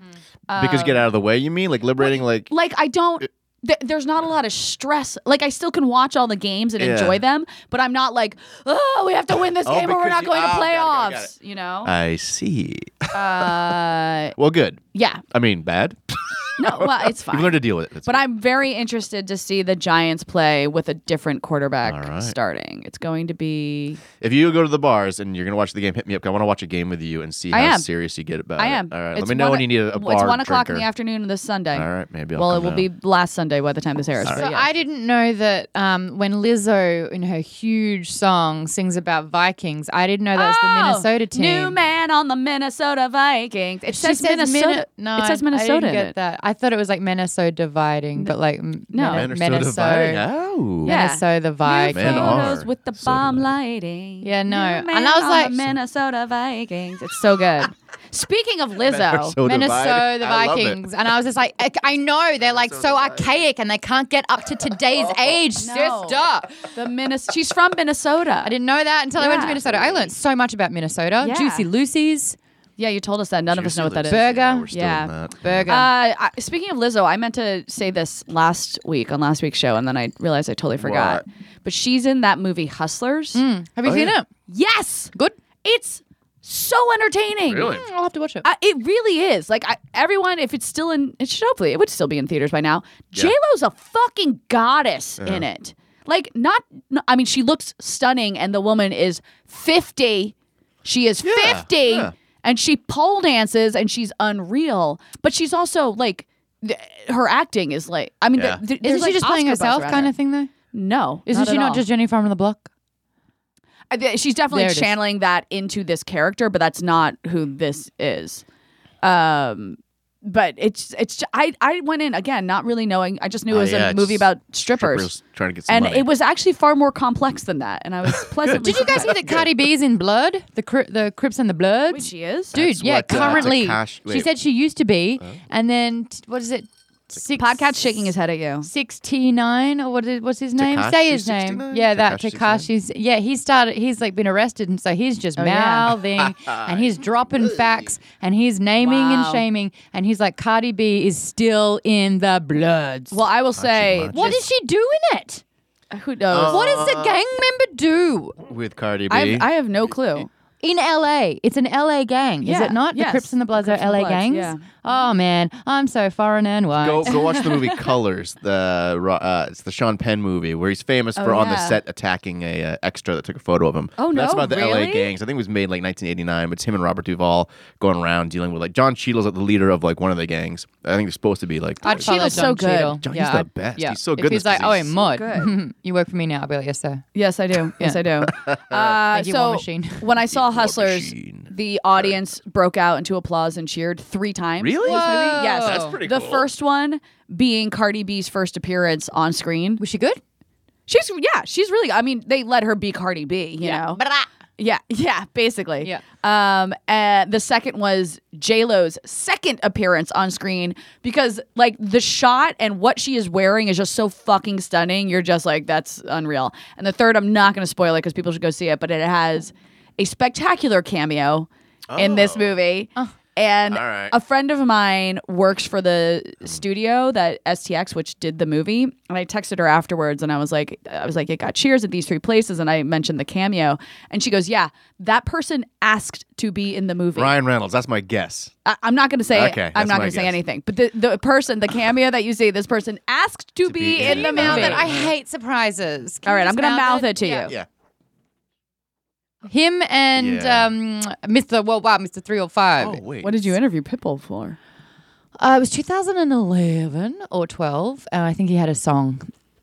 [SPEAKER 3] because you
[SPEAKER 4] Uh,
[SPEAKER 3] get out of the way, you mean? Like liberating, like.
[SPEAKER 4] like I don't. Th- there's not a lot of stress. Like I still can watch all the games and
[SPEAKER 3] Yeah.
[SPEAKER 4] enjoy them, but I'm not like, oh, we have to win this
[SPEAKER 3] Oh,
[SPEAKER 4] game or we're
[SPEAKER 3] because
[SPEAKER 4] not
[SPEAKER 3] you-
[SPEAKER 4] going to
[SPEAKER 3] oh, got
[SPEAKER 4] playoffs.
[SPEAKER 3] it, got it, got
[SPEAKER 4] You know?
[SPEAKER 3] I see.
[SPEAKER 4] Uh,
[SPEAKER 3] Well, good.
[SPEAKER 4] yeah.
[SPEAKER 3] I mean, bad.
[SPEAKER 4] No. Well, it's
[SPEAKER 3] You've
[SPEAKER 4] fine.
[SPEAKER 3] learned to deal with it. That's
[SPEAKER 4] But I'm very interested to see the Giants play with a different quarterback
[SPEAKER 3] All right.
[SPEAKER 4] starting. It's going to be.
[SPEAKER 3] If you go to the bars and you're gonna watch the game, hit me up. I want to watch a game with you and see
[SPEAKER 4] I
[SPEAKER 3] how
[SPEAKER 4] am.
[SPEAKER 3] serious you get about
[SPEAKER 4] I
[SPEAKER 3] it.
[SPEAKER 4] am.
[SPEAKER 3] All right,
[SPEAKER 4] It's
[SPEAKER 3] let me know
[SPEAKER 4] one-
[SPEAKER 3] when you need a, a bar.
[SPEAKER 4] It's one o'clock in the
[SPEAKER 3] drinker.
[SPEAKER 4] afternoon this Sunday.
[SPEAKER 3] All right, maybe. I'll
[SPEAKER 4] Well, it
[SPEAKER 3] come
[SPEAKER 4] will
[SPEAKER 3] down.
[SPEAKER 4] be last Sunday by the time this airs. but
[SPEAKER 2] So
[SPEAKER 4] yeah.
[SPEAKER 2] I didn't know that um, when Lizzo in her huge song sings about Vikings, I didn't know that was the
[SPEAKER 4] Oh,
[SPEAKER 2] Minnesota team.
[SPEAKER 4] New man on the Minnesota Vikings. It
[SPEAKER 2] She
[SPEAKER 4] says,
[SPEAKER 2] says
[SPEAKER 4] Minnesota.
[SPEAKER 2] Minne- no,
[SPEAKER 4] it says
[SPEAKER 2] I-
[SPEAKER 4] Minnesota.
[SPEAKER 2] I didn't
[SPEAKER 4] in
[SPEAKER 2] get
[SPEAKER 4] it.
[SPEAKER 2] that. I thought it was like Minnesota dividing, but like no,
[SPEAKER 4] No.
[SPEAKER 3] Minnesota. Vikings.
[SPEAKER 2] Minnesota,
[SPEAKER 3] Oh.
[SPEAKER 4] Yeah.
[SPEAKER 2] Minnesota Vikings.
[SPEAKER 3] Man, all-
[SPEAKER 4] photos
[SPEAKER 3] are.
[SPEAKER 4] with the
[SPEAKER 3] So
[SPEAKER 4] bomb
[SPEAKER 3] do I.
[SPEAKER 4] lighting.
[SPEAKER 2] Yeah, no.
[SPEAKER 4] New
[SPEAKER 2] And
[SPEAKER 4] man
[SPEAKER 2] I was
[SPEAKER 4] on
[SPEAKER 2] like-
[SPEAKER 4] the Minnesota Vikings. It's so good. Speaking of
[SPEAKER 3] Men
[SPEAKER 4] Lizzo,
[SPEAKER 3] are so
[SPEAKER 2] Minnesota,
[SPEAKER 3] divided.
[SPEAKER 2] the
[SPEAKER 3] I love it.
[SPEAKER 2] Vikings. And I was just like, I, I know. They're like so archaic and they can't get up to today's
[SPEAKER 3] Oh,
[SPEAKER 2] age,
[SPEAKER 4] No.
[SPEAKER 2] sister.
[SPEAKER 4] the Minnes- she's from Minnesota.
[SPEAKER 2] I didn't know that until I went to
[SPEAKER 4] Yeah.
[SPEAKER 2] Minnesota. I learned so much about Minnesota.
[SPEAKER 4] Yeah.
[SPEAKER 2] Juicy Lucy's
[SPEAKER 4] Yeah, you told us that. None of us know what that is.
[SPEAKER 2] Burger.
[SPEAKER 3] Yeah, we're still
[SPEAKER 4] Yeah.
[SPEAKER 3] in that.
[SPEAKER 2] burger.
[SPEAKER 4] Uh, I, speaking of Lizzo, I meant to say this last week on last week's show, and then I realized I totally forgot.
[SPEAKER 3] What?
[SPEAKER 4] But she's in that movie Hustlers.
[SPEAKER 2] Have you
[SPEAKER 3] oh,
[SPEAKER 2] seen
[SPEAKER 3] yeah.
[SPEAKER 2] it?
[SPEAKER 4] Yes,
[SPEAKER 2] Mm. Good.
[SPEAKER 4] it's so entertaining.
[SPEAKER 3] Really?
[SPEAKER 2] Mm, I'll have to watch it.
[SPEAKER 4] I, it really is. Like I, everyone, if it's still in, it should hopefully it would still be in theaters by now. J Lo's a fucking goddess in it. Like not, n- I mean, she looks stunning, and the woman is fifty. She is fifty,
[SPEAKER 3] yeah.
[SPEAKER 4] and she pole dances, and she's unreal. But she's also like, th- her acting is like, I mean,
[SPEAKER 3] Yeah.
[SPEAKER 4] th- th-
[SPEAKER 2] Isn't
[SPEAKER 4] there's,
[SPEAKER 2] she
[SPEAKER 4] like,
[SPEAKER 2] just playing
[SPEAKER 4] Oscar buzz
[SPEAKER 2] herself
[SPEAKER 4] around
[SPEAKER 2] kind
[SPEAKER 4] her.
[SPEAKER 2] of thing though?
[SPEAKER 4] No,
[SPEAKER 2] Isn't
[SPEAKER 4] at
[SPEAKER 2] she not
[SPEAKER 4] all.
[SPEAKER 2] just Jenny from the block?
[SPEAKER 4] I thi- Uh, She's definitely
[SPEAKER 2] There it is.
[SPEAKER 4] channeling that into this character, but that's not who this is. Um, but it's it's ju- I I went in again not really knowing. I just knew it
[SPEAKER 3] Oh,
[SPEAKER 4] was
[SPEAKER 3] yeah,
[SPEAKER 4] a
[SPEAKER 3] it's
[SPEAKER 4] movie about strippers,
[SPEAKER 3] Strippers trying to get some
[SPEAKER 4] and
[SPEAKER 3] money.
[SPEAKER 4] it was actually far more complex than that. And I was pleasantly.
[SPEAKER 2] Did you guys hear that Cardi B's in Blood? The Cri- the Crips and the Bloods?
[SPEAKER 4] surprised. She is
[SPEAKER 2] Dude,
[SPEAKER 3] That's
[SPEAKER 2] yeah,
[SPEAKER 3] what, uh,
[SPEAKER 2] currently.
[SPEAKER 3] Tekashi-
[SPEAKER 2] she
[SPEAKER 3] wait.
[SPEAKER 2] said she used to be, and then t- what is it? Six,
[SPEAKER 4] podcast shaking his head at you.
[SPEAKER 2] Six T nine or what is what's his name?
[SPEAKER 3] Tekashi
[SPEAKER 2] Say his
[SPEAKER 3] 69?
[SPEAKER 2] name. Yeah, that
[SPEAKER 3] Tekashi
[SPEAKER 2] Takashi's. Yeah, he started. He's like been arrested, and so he's just
[SPEAKER 4] yeah.
[SPEAKER 2] mouthing and he's dropping facts and he's naming
[SPEAKER 4] Wow.
[SPEAKER 2] and shaming and he's like Cardi B is still in the Bloods.
[SPEAKER 4] Well, I will say,
[SPEAKER 3] much.
[SPEAKER 2] what did she do in it?
[SPEAKER 4] who knows?
[SPEAKER 3] Oh,
[SPEAKER 2] What does a gang member do
[SPEAKER 3] with Cardi B.
[SPEAKER 4] I have, I have no clue.
[SPEAKER 2] in LA? It's an LA gang, is
[SPEAKER 4] Yeah,
[SPEAKER 2] it not?
[SPEAKER 4] yes.
[SPEAKER 2] The Crips and the Bloods
[SPEAKER 4] Crips
[SPEAKER 2] are
[SPEAKER 4] and
[SPEAKER 2] LA
[SPEAKER 4] Bloods,
[SPEAKER 2] gangs.
[SPEAKER 4] yeah.
[SPEAKER 2] Oh man, I'm so foreign and white.
[SPEAKER 3] Go go watch the movie Colors. The Ro- uh, it's the Sean Penn movie where he's famous for on
[SPEAKER 4] yeah.
[SPEAKER 3] the set attacking a uh, extra that took a photo of him.
[SPEAKER 4] Oh,
[SPEAKER 3] That's
[SPEAKER 4] no,
[SPEAKER 3] about the
[SPEAKER 4] really?
[SPEAKER 3] LA gangs. I think it was made in, like 1989. But it's him and Robert Duvall going around dealing with like John Cheadle's like the leader of like one of the gangs. I think they're supposed to be like.
[SPEAKER 2] I'd
[SPEAKER 3] the-
[SPEAKER 2] follow
[SPEAKER 4] Cheadle's so
[SPEAKER 2] Don
[SPEAKER 4] good.
[SPEAKER 2] Cheadle.
[SPEAKER 3] John,
[SPEAKER 2] Yeah,
[SPEAKER 3] he's the
[SPEAKER 2] I'd-
[SPEAKER 3] best.
[SPEAKER 2] yeah.
[SPEAKER 3] He's so
[SPEAKER 2] If
[SPEAKER 3] good. in
[SPEAKER 2] He's
[SPEAKER 3] this
[SPEAKER 2] like, oh,
[SPEAKER 3] 'cause
[SPEAKER 2] hey, Mud,
[SPEAKER 4] good.
[SPEAKER 2] you work for me now. I'll be like, yes, sir.
[SPEAKER 4] Yes, I do. Yes, I do. Uh,
[SPEAKER 2] Thank you,
[SPEAKER 4] so
[SPEAKER 2] War Machine.
[SPEAKER 4] when I saw
[SPEAKER 3] War
[SPEAKER 4] Hustlers,
[SPEAKER 3] Machine.
[SPEAKER 4] the audience broke out into applause and cheered three times.
[SPEAKER 3] Really?
[SPEAKER 2] Whoa.
[SPEAKER 4] Yes,
[SPEAKER 2] That's
[SPEAKER 3] pretty
[SPEAKER 4] The
[SPEAKER 3] cool.
[SPEAKER 4] first one being Cardi B's first appearance on screen.
[SPEAKER 2] Was she good?
[SPEAKER 4] She's yeah, she's really. I mean, they let her be Cardi B. You know. Yeah, yeah, basically.
[SPEAKER 2] Yeah.
[SPEAKER 4] Um, and the second was J Lo's second appearance on screen because like the shot and what she is wearing is just so fucking stunning. You're just like that's unreal. And the third, I'm not going to spoil it because people should go see it, but it has a spectacular cameo in this movie. And
[SPEAKER 3] Oh. All right.
[SPEAKER 4] a friend of mine works for the studio that STX, which did the movie. And I texted her afterwards, and I was like, I was like, it got cheers at these three places, and I mentioned the cameo, and she goes, Yeah, that person asked to be in the movie.
[SPEAKER 3] Ryan Reynolds. That's my guess.
[SPEAKER 4] I, I'm not going to say.
[SPEAKER 3] Okay,
[SPEAKER 4] I'm
[SPEAKER 3] that's
[SPEAKER 4] not
[SPEAKER 3] my
[SPEAKER 4] going to say
[SPEAKER 3] guess.
[SPEAKER 4] anything. But the, the person, the cameo that you see, this person asked to, be,
[SPEAKER 3] be in
[SPEAKER 4] in the
[SPEAKER 3] the movie.
[SPEAKER 4] movie.
[SPEAKER 2] Now that I hate surprises. Can
[SPEAKER 4] All right,
[SPEAKER 2] you
[SPEAKER 4] I'm
[SPEAKER 2] just
[SPEAKER 4] going to mouth it to
[SPEAKER 2] Yeah.
[SPEAKER 4] you.
[SPEAKER 3] Yeah.
[SPEAKER 2] Him and
[SPEAKER 3] Yeah.
[SPEAKER 2] um, Mr. Well, wow, Mr. 305.
[SPEAKER 3] Oh wait.
[SPEAKER 4] What did you interview Pitbull for?
[SPEAKER 2] Uh, it was 2011 or 12, and I think he had a song.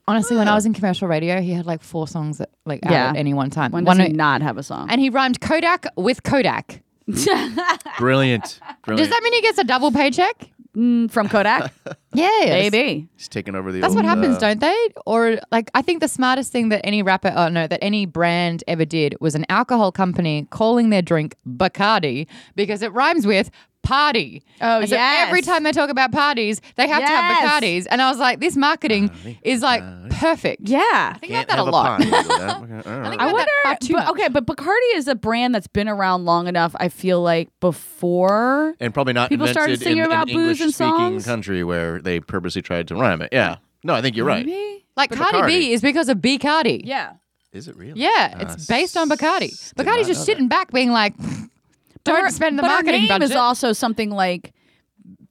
[SPEAKER 2] Honestly, when I was in commercial radio, he had like four songs that, like out
[SPEAKER 4] Yeah.
[SPEAKER 2] at any one time.
[SPEAKER 4] When does
[SPEAKER 2] One
[SPEAKER 4] he
[SPEAKER 2] o-
[SPEAKER 4] not have a song?
[SPEAKER 2] and he rhymed Kodak with Kodak.
[SPEAKER 3] Brilliant.
[SPEAKER 2] Does
[SPEAKER 3] Brilliant.
[SPEAKER 2] that mean he gets a double paycheck?
[SPEAKER 4] Mm, from Kodak,
[SPEAKER 2] Yeah,
[SPEAKER 4] maybe.
[SPEAKER 3] He's taking over the.
[SPEAKER 2] That's what
[SPEAKER 3] old,
[SPEAKER 2] happens,
[SPEAKER 3] uh,
[SPEAKER 2] don't they? Or like, I think the smartest thing that any rapper, oh no, that any brand ever did was an alcohol company calling their drink Bacardi because it rhymes with party.
[SPEAKER 4] Oh,
[SPEAKER 2] And so
[SPEAKER 4] yes.
[SPEAKER 2] every time they talk about parties, they have
[SPEAKER 4] Yes.
[SPEAKER 2] to have Bacardis, and I was like, this marketing is like perfect.
[SPEAKER 4] Yeah.
[SPEAKER 2] I think
[SPEAKER 3] Can't
[SPEAKER 2] about that a
[SPEAKER 3] have
[SPEAKER 2] lot.
[SPEAKER 3] pie. Okay, all right.
[SPEAKER 2] I
[SPEAKER 4] I
[SPEAKER 2] had
[SPEAKER 4] wonder.
[SPEAKER 2] that thought too
[SPEAKER 4] but-
[SPEAKER 2] much.
[SPEAKER 4] okay, but Bacardi is a brand that's been around long enough. I feel like before.
[SPEAKER 3] and probably not
[SPEAKER 4] People
[SPEAKER 3] invented
[SPEAKER 4] started singing
[SPEAKER 3] in
[SPEAKER 4] about
[SPEAKER 3] an
[SPEAKER 4] booze and
[SPEAKER 3] English-speaking
[SPEAKER 4] songs?
[SPEAKER 3] country where they purposely tried to rhyme it. Yeah. No, I think you're right.
[SPEAKER 4] Maybe?
[SPEAKER 2] Like
[SPEAKER 3] But
[SPEAKER 2] Cardi
[SPEAKER 3] Bacardi.
[SPEAKER 2] B is because of B Cardi.
[SPEAKER 4] Yeah.
[SPEAKER 3] Is it really?
[SPEAKER 2] Yeah,
[SPEAKER 3] Uh,
[SPEAKER 2] it's based on Bacardi.
[SPEAKER 3] s- did
[SPEAKER 2] Bacardi's
[SPEAKER 3] not
[SPEAKER 2] just
[SPEAKER 3] know
[SPEAKER 2] sitting back, being like, "Don't
[SPEAKER 4] her-
[SPEAKER 2] spend the
[SPEAKER 4] but her
[SPEAKER 2] marketing
[SPEAKER 4] name
[SPEAKER 2] budget."
[SPEAKER 4] is also something like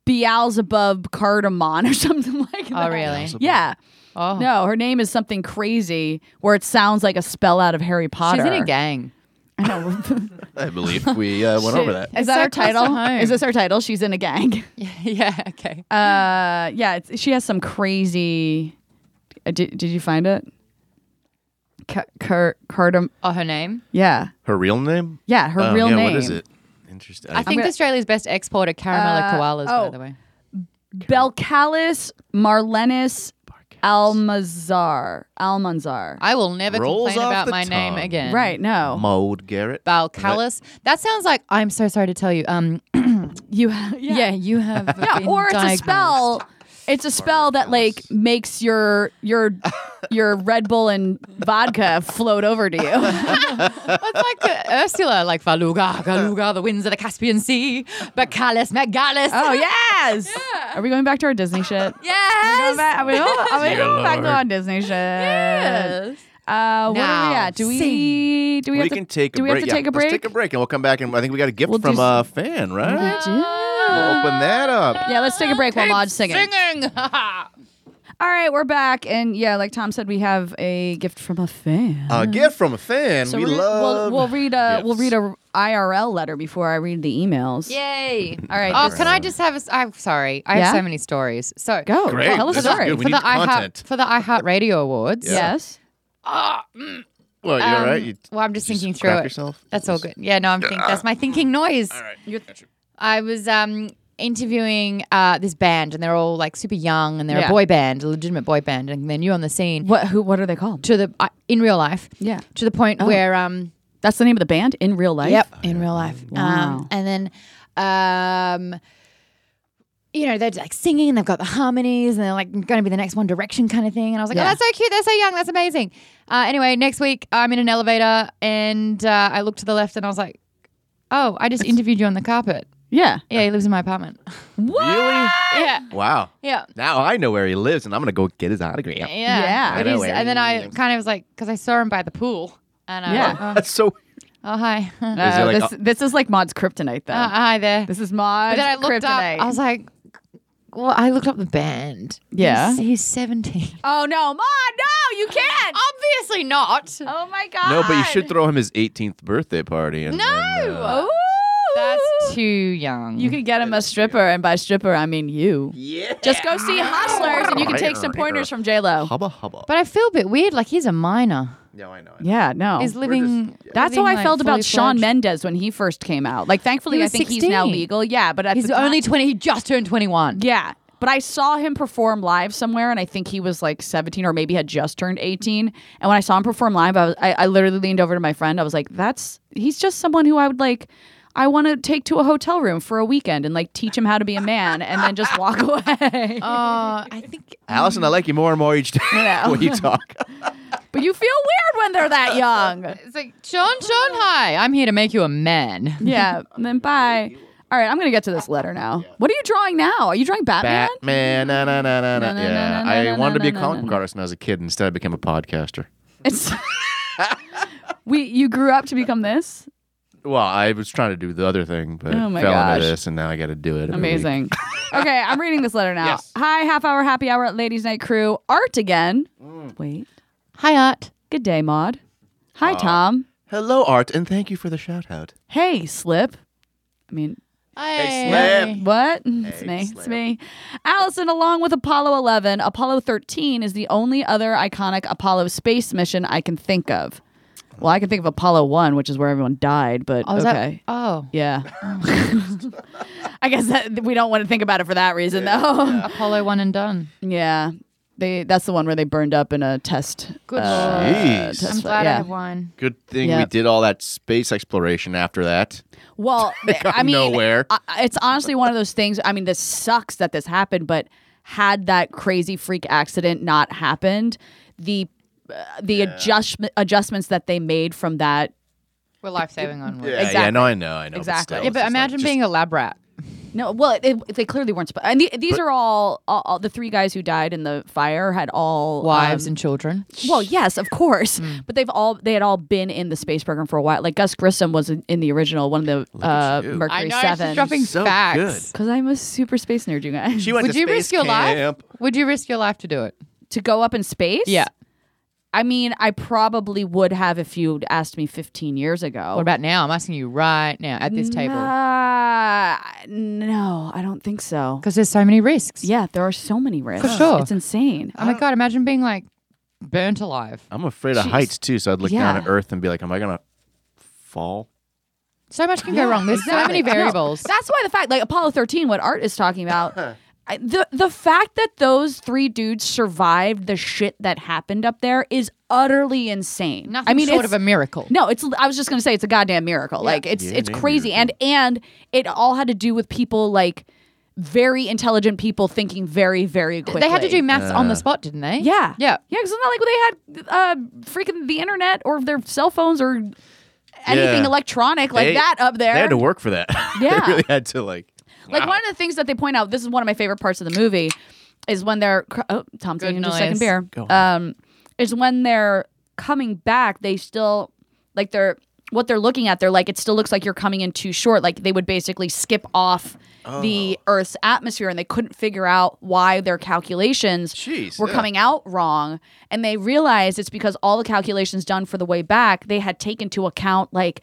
[SPEAKER 4] Beelzebub Cardamon or something like that.
[SPEAKER 2] oh, really?
[SPEAKER 3] Beelzebub.
[SPEAKER 4] Yeah.
[SPEAKER 2] Oh,
[SPEAKER 4] No, her name is something crazy where it sounds like a spell out of Harry Potter.
[SPEAKER 2] she's in a gang.
[SPEAKER 4] I know.
[SPEAKER 3] that. I believe we uh, went over that.
[SPEAKER 4] Is
[SPEAKER 2] It's
[SPEAKER 4] that
[SPEAKER 2] so
[SPEAKER 4] her
[SPEAKER 2] close to
[SPEAKER 4] title?
[SPEAKER 2] home.
[SPEAKER 4] Is this her title? She's in a gang.
[SPEAKER 2] yeah. Okay.
[SPEAKER 4] Uh, yeah, it's, she has some crazy. Uh, did, did you find it? Ca- Car- Cardam.
[SPEAKER 2] Oh, her name.
[SPEAKER 4] Yeah.
[SPEAKER 3] Her real name?
[SPEAKER 4] Yeah, her
[SPEAKER 3] Oh,
[SPEAKER 4] real
[SPEAKER 3] yeah,
[SPEAKER 4] name.
[SPEAKER 3] What is it? Interesting.
[SPEAKER 2] I think
[SPEAKER 4] gonna-
[SPEAKER 2] Australia's best exporter caramel
[SPEAKER 4] Uh,
[SPEAKER 2] koalas, by
[SPEAKER 4] oh.
[SPEAKER 2] the way.
[SPEAKER 4] Belcalis Marlenis Almazar. Almanzar.
[SPEAKER 2] I will never
[SPEAKER 3] Rolls
[SPEAKER 2] complain
[SPEAKER 3] off
[SPEAKER 2] about
[SPEAKER 3] the
[SPEAKER 2] my name
[SPEAKER 3] tongue.
[SPEAKER 2] again.
[SPEAKER 4] Right, no.
[SPEAKER 3] Mold Garrett.
[SPEAKER 2] Balcalis. That sounds like I'm so sorry to tell you. Um,
[SPEAKER 4] you have
[SPEAKER 2] yeah. you have.
[SPEAKER 4] yeah,
[SPEAKER 2] been
[SPEAKER 4] or it's a
[SPEAKER 2] diagnosed.
[SPEAKER 4] spell. It's a spell that like makes your your your Red Bull and vodka float over to you.
[SPEAKER 2] It's like uh, Ursula, like Faluga, Galuga, the winds of the Caspian Sea, Bacalis, Megalis.
[SPEAKER 4] oh yes. Are we going back to our Disney shit? Go
[SPEAKER 2] yes.
[SPEAKER 4] back- Are we going, are we
[SPEAKER 3] Dear
[SPEAKER 4] going back to
[SPEAKER 3] Lord.
[SPEAKER 4] our Disney shit? Yes. Uh, what are
[SPEAKER 2] Now,
[SPEAKER 4] we at? Do we do we,
[SPEAKER 3] We,
[SPEAKER 4] have
[SPEAKER 3] can
[SPEAKER 4] to,
[SPEAKER 3] take.
[SPEAKER 4] do
[SPEAKER 3] a
[SPEAKER 4] we
[SPEAKER 3] break.
[SPEAKER 4] have to
[SPEAKER 3] Yeah,
[SPEAKER 4] take a break?
[SPEAKER 3] Let's take a break, and we'll come back. And I think we got a gift
[SPEAKER 4] We'll
[SPEAKER 3] from
[SPEAKER 4] do
[SPEAKER 3] a fan, right? We'll open that up.
[SPEAKER 4] Yeah, let's take a break while Maud's singing.
[SPEAKER 2] Singing.
[SPEAKER 4] All right, we're back, and yeah, like Tom said, we have a gift from a fan.
[SPEAKER 3] A gift from a fan. Uh, we
[SPEAKER 4] Mm-hmm. we're gonna-
[SPEAKER 3] love.
[SPEAKER 4] We'll, we'll read a we'll
[SPEAKER 3] gifts.
[SPEAKER 4] read a IRL letter before I read the emails.
[SPEAKER 2] Yay.
[SPEAKER 4] All right.
[SPEAKER 2] Oh,
[SPEAKER 4] this-
[SPEAKER 2] can I just have a? s- I'm sorry. I
[SPEAKER 4] Yeah?
[SPEAKER 2] have so many stories. So
[SPEAKER 4] go.
[SPEAKER 3] Great.
[SPEAKER 4] Tell us a
[SPEAKER 3] This is
[SPEAKER 4] story.
[SPEAKER 3] good. We
[SPEAKER 2] for the
[SPEAKER 3] need
[SPEAKER 2] iHeart
[SPEAKER 3] content.
[SPEAKER 2] for the iHeart Radio Awards.
[SPEAKER 4] Yes.
[SPEAKER 3] Well, you're all right.
[SPEAKER 2] Um,
[SPEAKER 3] You,
[SPEAKER 2] well, I'm just
[SPEAKER 3] you
[SPEAKER 2] thinking through
[SPEAKER 3] crap
[SPEAKER 2] it.
[SPEAKER 3] yourself? Ah.
[SPEAKER 2] That's all good. Yeah, no, I'm thinking that's my thinking noise.
[SPEAKER 3] all right.
[SPEAKER 2] I was um interviewing uh this band and they're all like super young and they're
[SPEAKER 4] Yeah.
[SPEAKER 2] a boy band, a legitimate boy band, and they're new on the scene
[SPEAKER 4] What who what are they called?
[SPEAKER 2] to the uh, in real life.
[SPEAKER 4] Yeah. Oh.
[SPEAKER 2] To the point where um
[SPEAKER 4] That's the name of the band in real life.
[SPEAKER 2] Yep,
[SPEAKER 3] Oh,
[SPEAKER 2] in real life.
[SPEAKER 4] Wow.
[SPEAKER 2] Um, and then, um, you know, they're like singing and they've got the harmonies and they're like going to be the next One Direction kind of thing. And I was like,
[SPEAKER 4] Yeah.
[SPEAKER 2] oh, that's so cute. They're so young. That's amazing. Uh, anyway, next week I'm in an elevator and uh, I look to the left and I was like, oh, I just interviewed you on the carpet.
[SPEAKER 4] Yeah.
[SPEAKER 2] Yeah, he lives in my apartment.
[SPEAKER 3] Really?
[SPEAKER 2] yeah.
[SPEAKER 3] Wow.
[SPEAKER 2] Yeah.
[SPEAKER 3] Now I know where he lives, and I'm gonna go get his autograph.
[SPEAKER 2] Yeah.
[SPEAKER 4] Yeah.
[SPEAKER 2] It
[SPEAKER 3] I know
[SPEAKER 2] is-
[SPEAKER 3] where
[SPEAKER 2] and then
[SPEAKER 3] he
[SPEAKER 2] I
[SPEAKER 3] lives.
[SPEAKER 2] kind of was like, because I saw him by the pool. And I
[SPEAKER 4] Yeah.
[SPEAKER 2] went,
[SPEAKER 3] That's so.
[SPEAKER 2] oh, oh, hi. uh,
[SPEAKER 4] Uh,
[SPEAKER 3] there, like,
[SPEAKER 4] this this is like Mod's kryptonite though.
[SPEAKER 2] hi there.
[SPEAKER 4] this is Mod's
[SPEAKER 2] Uh-uh. But then I looked
[SPEAKER 4] kryptonite.
[SPEAKER 2] up. I was like, well, I looked up the band.
[SPEAKER 4] Yeah.
[SPEAKER 2] He's, he's 17.
[SPEAKER 4] oh no, Mod, no, you can't.
[SPEAKER 2] Oh. Obviously not.
[SPEAKER 4] Oh my god.
[SPEAKER 3] No, but you should throw him his 18th birthday party. And, and, uh,
[SPEAKER 2] No. That's too young.
[SPEAKER 4] You could get him a stripper, and by stripper I mean you.
[SPEAKER 3] yeah.
[SPEAKER 4] Just go see Hustlers, and you can take some pointers from J Lo.
[SPEAKER 3] Hubba hubba.
[SPEAKER 2] but I feel a bit weird. Like he's a minor.
[SPEAKER 3] no, I know. I know.
[SPEAKER 4] Yeah, no.
[SPEAKER 2] He's living.
[SPEAKER 3] yeah.
[SPEAKER 4] That's how
[SPEAKER 2] living,
[SPEAKER 4] I
[SPEAKER 2] like,
[SPEAKER 4] felt about
[SPEAKER 2] fully
[SPEAKER 4] Sean
[SPEAKER 2] fledged.
[SPEAKER 4] Mendes when he first came out. Like, thankfully,
[SPEAKER 2] He
[SPEAKER 4] I
[SPEAKER 2] was
[SPEAKER 4] think he's now
[SPEAKER 2] 16.
[SPEAKER 4] legal. Yeah, but at
[SPEAKER 2] He's
[SPEAKER 4] the time,
[SPEAKER 2] only 20. He just turned 21.
[SPEAKER 4] yeah. But I saw him perform live somewhere, and I think he was like 17 or maybe had just turned 18. And when I saw him perform live, I, was, I, I literally leaned over to my friend. I was like, "That's he's just someone who I would like." I want to take to a hotel room for a weekend and like teach him how to be a man, and then just walk away.
[SPEAKER 2] Oh, I think.
[SPEAKER 3] Allison, I like you more and more each day
[SPEAKER 4] know.
[SPEAKER 3] when you talk.
[SPEAKER 4] but you feel weird when they're that young.
[SPEAKER 2] It's like, Sean, Sean, hi. I'm here to make you a man.
[SPEAKER 4] Yeah. And then bye. All right, I'm gonna get to this letter now. What are you drawing now? Are you drawing Batman?
[SPEAKER 3] Batman, na na na na
[SPEAKER 4] Na,
[SPEAKER 3] na.
[SPEAKER 4] na,
[SPEAKER 3] Yeah,
[SPEAKER 4] na, na, na,
[SPEAKER 3] I wanted to be a
[SPEAKER 4] na,
[SPEAKER 3] comic
[SPEAKER 4] na,
[SPEAKER 3] book
[SPEAKER 4] na.
[SPEAKER 3] artist when I was a kid. Instead, I became a podcaster.
[SPEAKER 4] It's we you grew up to become this.
[SPEAKER 3] Well, I was trying to do the other thing, but
[SPEAKER 4] Oh my
[SPEAKER 3] fell
[SPEAKER 4] gosh.
[SPEAKER 3] into this, and now I got to do it. every week.
[SPEAKER 4] Amazing. okay, I'm reading this letter now.
[SPEAKER 3] Yes.
[SPEAKER 4] Hi, half hour happy hour at Ladies Night Crew. Art again. Wait.
[SPEAKER 2] Hi, Art.
[SPEAKER 4] Good day, Maud. Hi, Tom.
[SPEAKER 3] Hello, Art, and thank you for the shout out.
[SPEAKER 4] Hey, Slip. I mean,
[SPEAKER 3] Slip.
[SPEAKER 4] What? It's me. It's me. Allison, along with Apollo 11, Apollo 13 is the only other iconic Apollo space mission I can think of. Well, I can think of Apollo 1, which is where everyone died, but
[SPEAKER 2] Oh, is that-
[SPEAKER 4] okay.
[SPEAKER 2] oh,
[SPEAKER 4] yeah. I guess that we don't want to think about it for that reason, though. Yeah.
[SPEAKER 2] Apollo one and done.
[SPEAKER 4] They, that's the one where they burned up in a test.
[SPEAKER 2] Good
[SPEAKER 4] uh,
[SPEAKER 2] lord.
[SPEAKER 3] Jeez.
[SPEAKER 4] test
[SPEAKER 2] I'm
[SPEAKER 4] flight.
[SPEAKER 2] glad I
[SPEAKER 4] yeah.
[SPEAKER 2] have one.
[SPEAKER 3] Good thing we
[SPEAKER 4] Yep.
[SPEAKER 3] did all that space exploration after that.
[SPEAKER 4] Well,
[SPEAKER 3] got
[SPEAKER 4] I mean,
[SPEAKER 3] nowhere.
[SPEAKER 4] I, I- it's honestly one of those things. I mean, this sucks that this happened, but had that crazy freak accident not happened, the uh, the adjustment adjustments that they made from that.
[SPEAKER 2] We're life saving on one.
[SPEAKER 3] Yeah, yeah,
[SPEAKER 4] Exactly.
[SPEAKER 3] no, I know, I know.
[SPEAKER 4] Exactly.
[SPEAKER 3] still,
[SPEAKER 2] Yeah,
[SPEAKER 3] it's
[SPEAKER 2] but
[SPEAKER 3] just like,
[SPEAKER 2] imagine
[SPEAKER 3] just-
[SPEAKER 2] being a lab rat.
[SPEAKER 4] No, well, it, it- they clearly weren't. Sp- and the, these are all, all, all the three guys who died in the fire had all
[SPEAKER 2] Wives
[SPEAKER 4] um,
[SPEAKER 2] and children.
[SPEAKER 4] Well, yes, of course,
[SPEAKER 2] Mm.
[SPEAKER 4] but they've all they had all been in the space program for a while. Like Gus Grissom was in, in the original one of the uh,
[SPEAKER 3] you.
[SPEAKER 4] Mercury
[SPEAKER 2] I know, she's
[SPEAKER 4] Seven.
[SPEAKER 2] dropping
[SPEAKER 3] So
[SPEAKER 2] facts.
[SPEAKER 3] good.
[SPEAKER 4] Because I'm a super space nerd, you guys.
[SPEAKER 3] She went
[SPEAKER 2] Would
[SPEAKER 3] to
[SPEAKER 2] you
[SPEAKER 3] space
[SPEAKER 2] risk your
[SPEAKER 3] camp.
[SPEAKER 2] life? Would you risk your life to do it?
[SPEAKER 4] to go up in space?
[SPEAKER 2] Yeah.
[SPEAKER 4] I mean, I probably would have if you'd asked me 15 years ago.
[SPEAKER 2] What about now? I'm asking you right now at this table
[SPEAKER 4] Uh, no, I don't think so.
[SPEAKER 2] because there's so many risks.
[SPEAKER 4] Yeah, there are so many risks.
[SPEAKER 2] sure.
[SPEAKER 4] It's insane.
[SPEAKER 2] Oh my
[SPEAKER 3] Uh,
[SPEAKER 2] god! Imagine being like burnt alive.
[SPEAKER 3] I'm afraid of heights too, so I'd look down
[SPEAKER 4] Yeah.
[SPEAKER 3] at Earth and be like, "Am I gonna fall?"
[SPEAKER 2] So much can go wrong. There's so many
[SPEAKER 4] No,
[SPEAKER 2] variables.
[SPEAKER 4] that's why the fact, like Apollo 13, what Art is talking about, I- the the fact that those three dudes survived the shit that happened up there is utterly insane.
[SPEAKER 2] Nothing
[SPEAKER 4] I mean,
[SPEAKER 2] short
[SPEAKER 4] it's-
[SPEAKER 2] of a miracle.
[SPEAKER 4] No, it's. I was just gonna say it's a goddamn miracle. Like it's
[SPEAKER 3] Yeah,
[SPEAKER 4] it's
[SPEAKER 3] damn
[SPEAKER 4] crazy, and and it all had to do with people like very intelligent people thinking very very quickly.
[SPEAKER 2] They had to do maths on the spot, didn't they?
[SPEAKER 4] Yeah.
[SPEAKER 2] Yeah.
[SPEAKER 4] Yeah, because it's not like they had uh, freaking the internet or their cell phones or anything
[SPEAKER 3] Yeah.
[SPEAKER 4] electronic like
[SPEAKER 3] They-
[SPEAKER 4] that up there.
[SPEAKER 3] They had to work for that.
[SPEAKER 4] Yeah.
[SPEAKER 3] they really had to like.
[SPEAKER 4] Like
[SPEAKER 3] wow.
[SPEAKER 4] one of the things that they point out, this is one of my favorite parts of the movie, is when they're cr- oh, Tom's
[SPEAKER 2] Good
[SPEAKER 4] taking his
[SPEAKER 2] noise.
[SPEAKER 4] second beer.
[SPEAKER 3] Go
[SPEAKER 4] Um, is when they're coming back, they still like they're what they're looking at. They're like it still looks like you're coming in too short. Like they would basically skip off the
[SPEAKER 3] Oh.
[SPEAKER 4] Earth's atmosphere, and they couldn't figure out why their calculations
[SPEAKER 3] Jeez,
[SPEAKER 4] were
[SPEAKER 3] yeah.
[SPEAKER 4] coming out wrong. And they realized it's because all the calculations done for the way back they had taken into account like.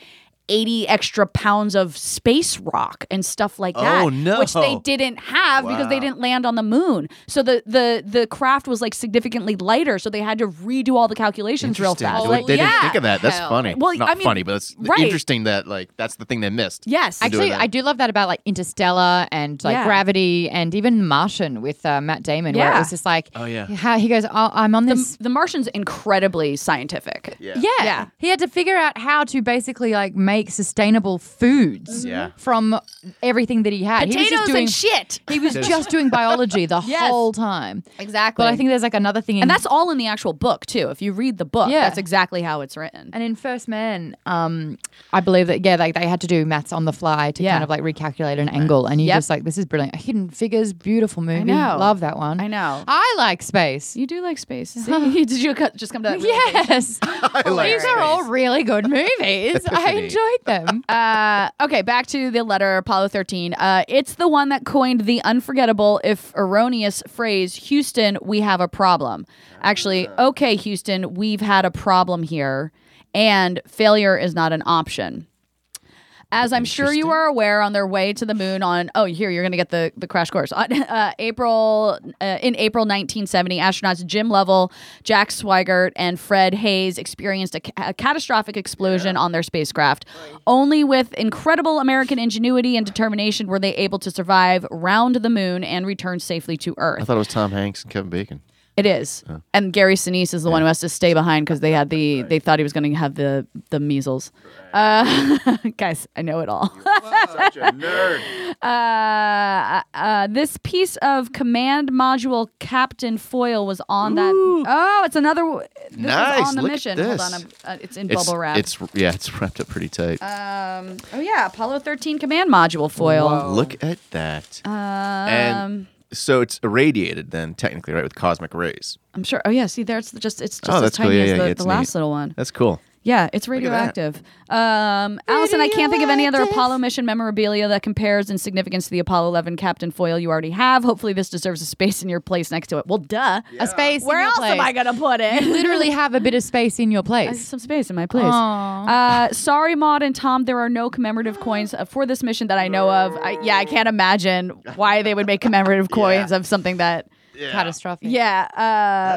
[SPEAKER 4] 80 extra pounds of space rock and stuff like that
[SPEAKER 3] Oh, no.
[SPEAKER 4] which they didn't have because they
[SPEAKER 3] Wow.
[SPEAKER 4] didn't land on the moon. So the the the craft was like significantly lighter, so they had to redo all the calculations real
[SPEAKER 3] Interesting.
[SPEAKER 4] fast.
[SPEAKER 3] They-
[SPEAKER 4] Like,
[SPEAKER 3] they
[SPEAKER 4] yeah.
[SPEAKER 3] didn't think of that. That's
[SPEAKER 2] Hell.
[SPEAKER 3] funny.
[SPEAKER 4] Well,
[SPEAKER 3] not
[SPEAKER 4] I mean,
[SPEAKER 3] funny, but it's
[SPEAKER 4] right.
[SPEAKER 3] interesting that like that's the thing they missed.
[SPEAKER 4] Yes.
[SPEAKER 3] To do with
[SPEAKER 2] Actually,
[SPEAKER 3] that.
[SPEAKER 2] I do love that about like Interstellar and like
[SPEAKER 4] Yeah.
[SPEAKER 2] Gravity and even The Martian with uh, Matt Damon, where
[SPEAKER 4] Yeah.
[SPEAKER 2] it was just like,
[SPEAKER 3] Oh, yeah.
[SPEAKER 2] how, he goes, oh, I'm on this.
[SPEAKER 4] The, the Martian's incredibly scientific.
[SPEAKER 3] Yeah.
[SPEAKER 2] yeah.
[SPEAKER 4] Yeah.
[SPEAKER 2] he had to figure out how to basically like make sustainable foods
[SPEAKER 3] Yeah.
[SPEAKER 2] from everything that he had. he was
[SPEAKER 4] Potatoes
[SPEAKER 2] just doing,
[SPEAKER 4] and shit.
[SPEAKER 2] He was just doing biology the
[SPEAKER 4] Yes.
[SPEAKER 2] whole time.
[SPEAKER 4] Exactly.
[SPEAKER 2] But I think there's like another thing, in,
[SPEAKER 4] and that's all in the actual book too. If you read the book,
[SPEAKER 2] Yeah.
[SPEAKER 4] that's exactly how it's written.
[SPEAKER 2] And in First Man, um, I believe that yeah, like they had to do maths on the fly to
[SPEAKER 4] Yeah.
[SPEAKER 2] kind of like recalculate an angle, and you
[SPEAKER 4] Yep.
[SPEAKER 2] just like this is brilliant. Hidden Figures, beautiful movie.
[SPEAKER 4] know.
[SPEAKER 2] Love that one.
[SPEAKER 4] I know.
[SPEAKER 2] I like space.
[SPEAKER 4] you do like space. See? Did you co- just come to that? realization?
[SPEAKER 2] Yes,
[SPEAKER 3] I like
[SPEAKER 2] these are all really good movies. I
[SPEAKER 3] Epiphany.
[SPEAKER 2] enjoyed them.
[SPEAKER 4] Uh, okay, back to the letter Apollo 13. Uh, it's the one that coined the unforgettable, if erroneous, phrase Houston, we have a problem. Actually, okay, Houston, we've had a problem here, and failure is not an option. As I'm sure you are aware, on their way to the moon on oh here you're gonna get the, the crash course on uh, April uh, in April 1970, astronauts Jim Lovell, Jack Swigert, and Fred Hayes experienced a, ca- a catastrophic explosion on their spacecraft. Only with incredible American ingenuity and determination were they able to survive, round the moon, and return safely to
[SPEAKER 3] I
[SPEAKER 4] Earth.
[SPEAKER 3] thought it was Tom Hanks and Kevin Bacon.
[SPEAKER 4] It is, and Gary Sinise is the one who has to stay behind because they had the they thought he was going to have the the measles. Uh, guys, I know it all.
[SPEAKER 3] Such a nerd.
[SPEAKER 4] uh, uh, this piece of command module Captain Foil was on that. Oh, it's another. w- This is
[SPEAKER 3] Nice,
[SPEAKER 4] on the
[SPEAKER 3] look at
[SPEAKER 4] mission.
[SPEAKER 3] this.
[SPEAKER 4] Hold on, I'm, uh, it's in
[SPEAKER 3] It's,
[SPEAKER 4] bubble wrap.
[SPEAKER 3] it's yeah, it's wrapped up pretty tight.
[SPEAKER 4] um, oh yeah, Apollo 13 command module foil.
[SPEAKER 3] Look at that.
[SPEAKER 4] Um,
[SPEAKER 3] and so it's irradiated then technically, right, with cosmic rays.
[SPEAKER 4] I'm sure. Oh yeah, see there, it's just it's just
[SPEAKER 3] Oh,
[SPEAKER 4] as
[SPEAKER 3] that's cool.
[SPEAKER 4] tiny
[SPEAKER 3] Yeah,
[SPEAKER 4] as
[SPEAKER 3] yeah,
[SPEAKER 4] the,
[SPEAKER 3] yeah,
[SPEAKER 4] the
[SPEAKER 3] it's
[SPEAKER 4] last
[SPEAKER 3] neat.
[SPEAKER 4] little one.
[SPEAKER 3] That's cool.
[SPEAKER 4] Yeah, it's
[SPEAKER 3] at that.
[SPEAKER 4] radioactive. Um, Allison, I can't think of any other Apollo mission memorabilia that compares in significance to the Apollo 11 Captain Foil you already have. Hopefully, this deserves a space in your place next to it. Well, duh.
[SPEAKER 2] A space.
[SPEAKER 4] Where
[SPEAKER 2] in your
[SPEAKER 4] else
[SPEAKER 2] place.
[SPEAKER 4] am I gonna put it?
[SPEAKER 2] Literally have a bit of space in your
[SPEAKER 4] I have
[SPEAKER 2] place.
[SPEAKER 4] Some space in my place.
[SPEAKER 2] Aw.
[SPEAKER 4] Uh, sorry, Maud and Tom. There are no commemorative coins uh, for this mission that I know of. I, yeah, I can't imagine why they would make commemorative coins of something that.
[SPEAKER 2] Catastrophic.
[SPEAKER 4] Yeah,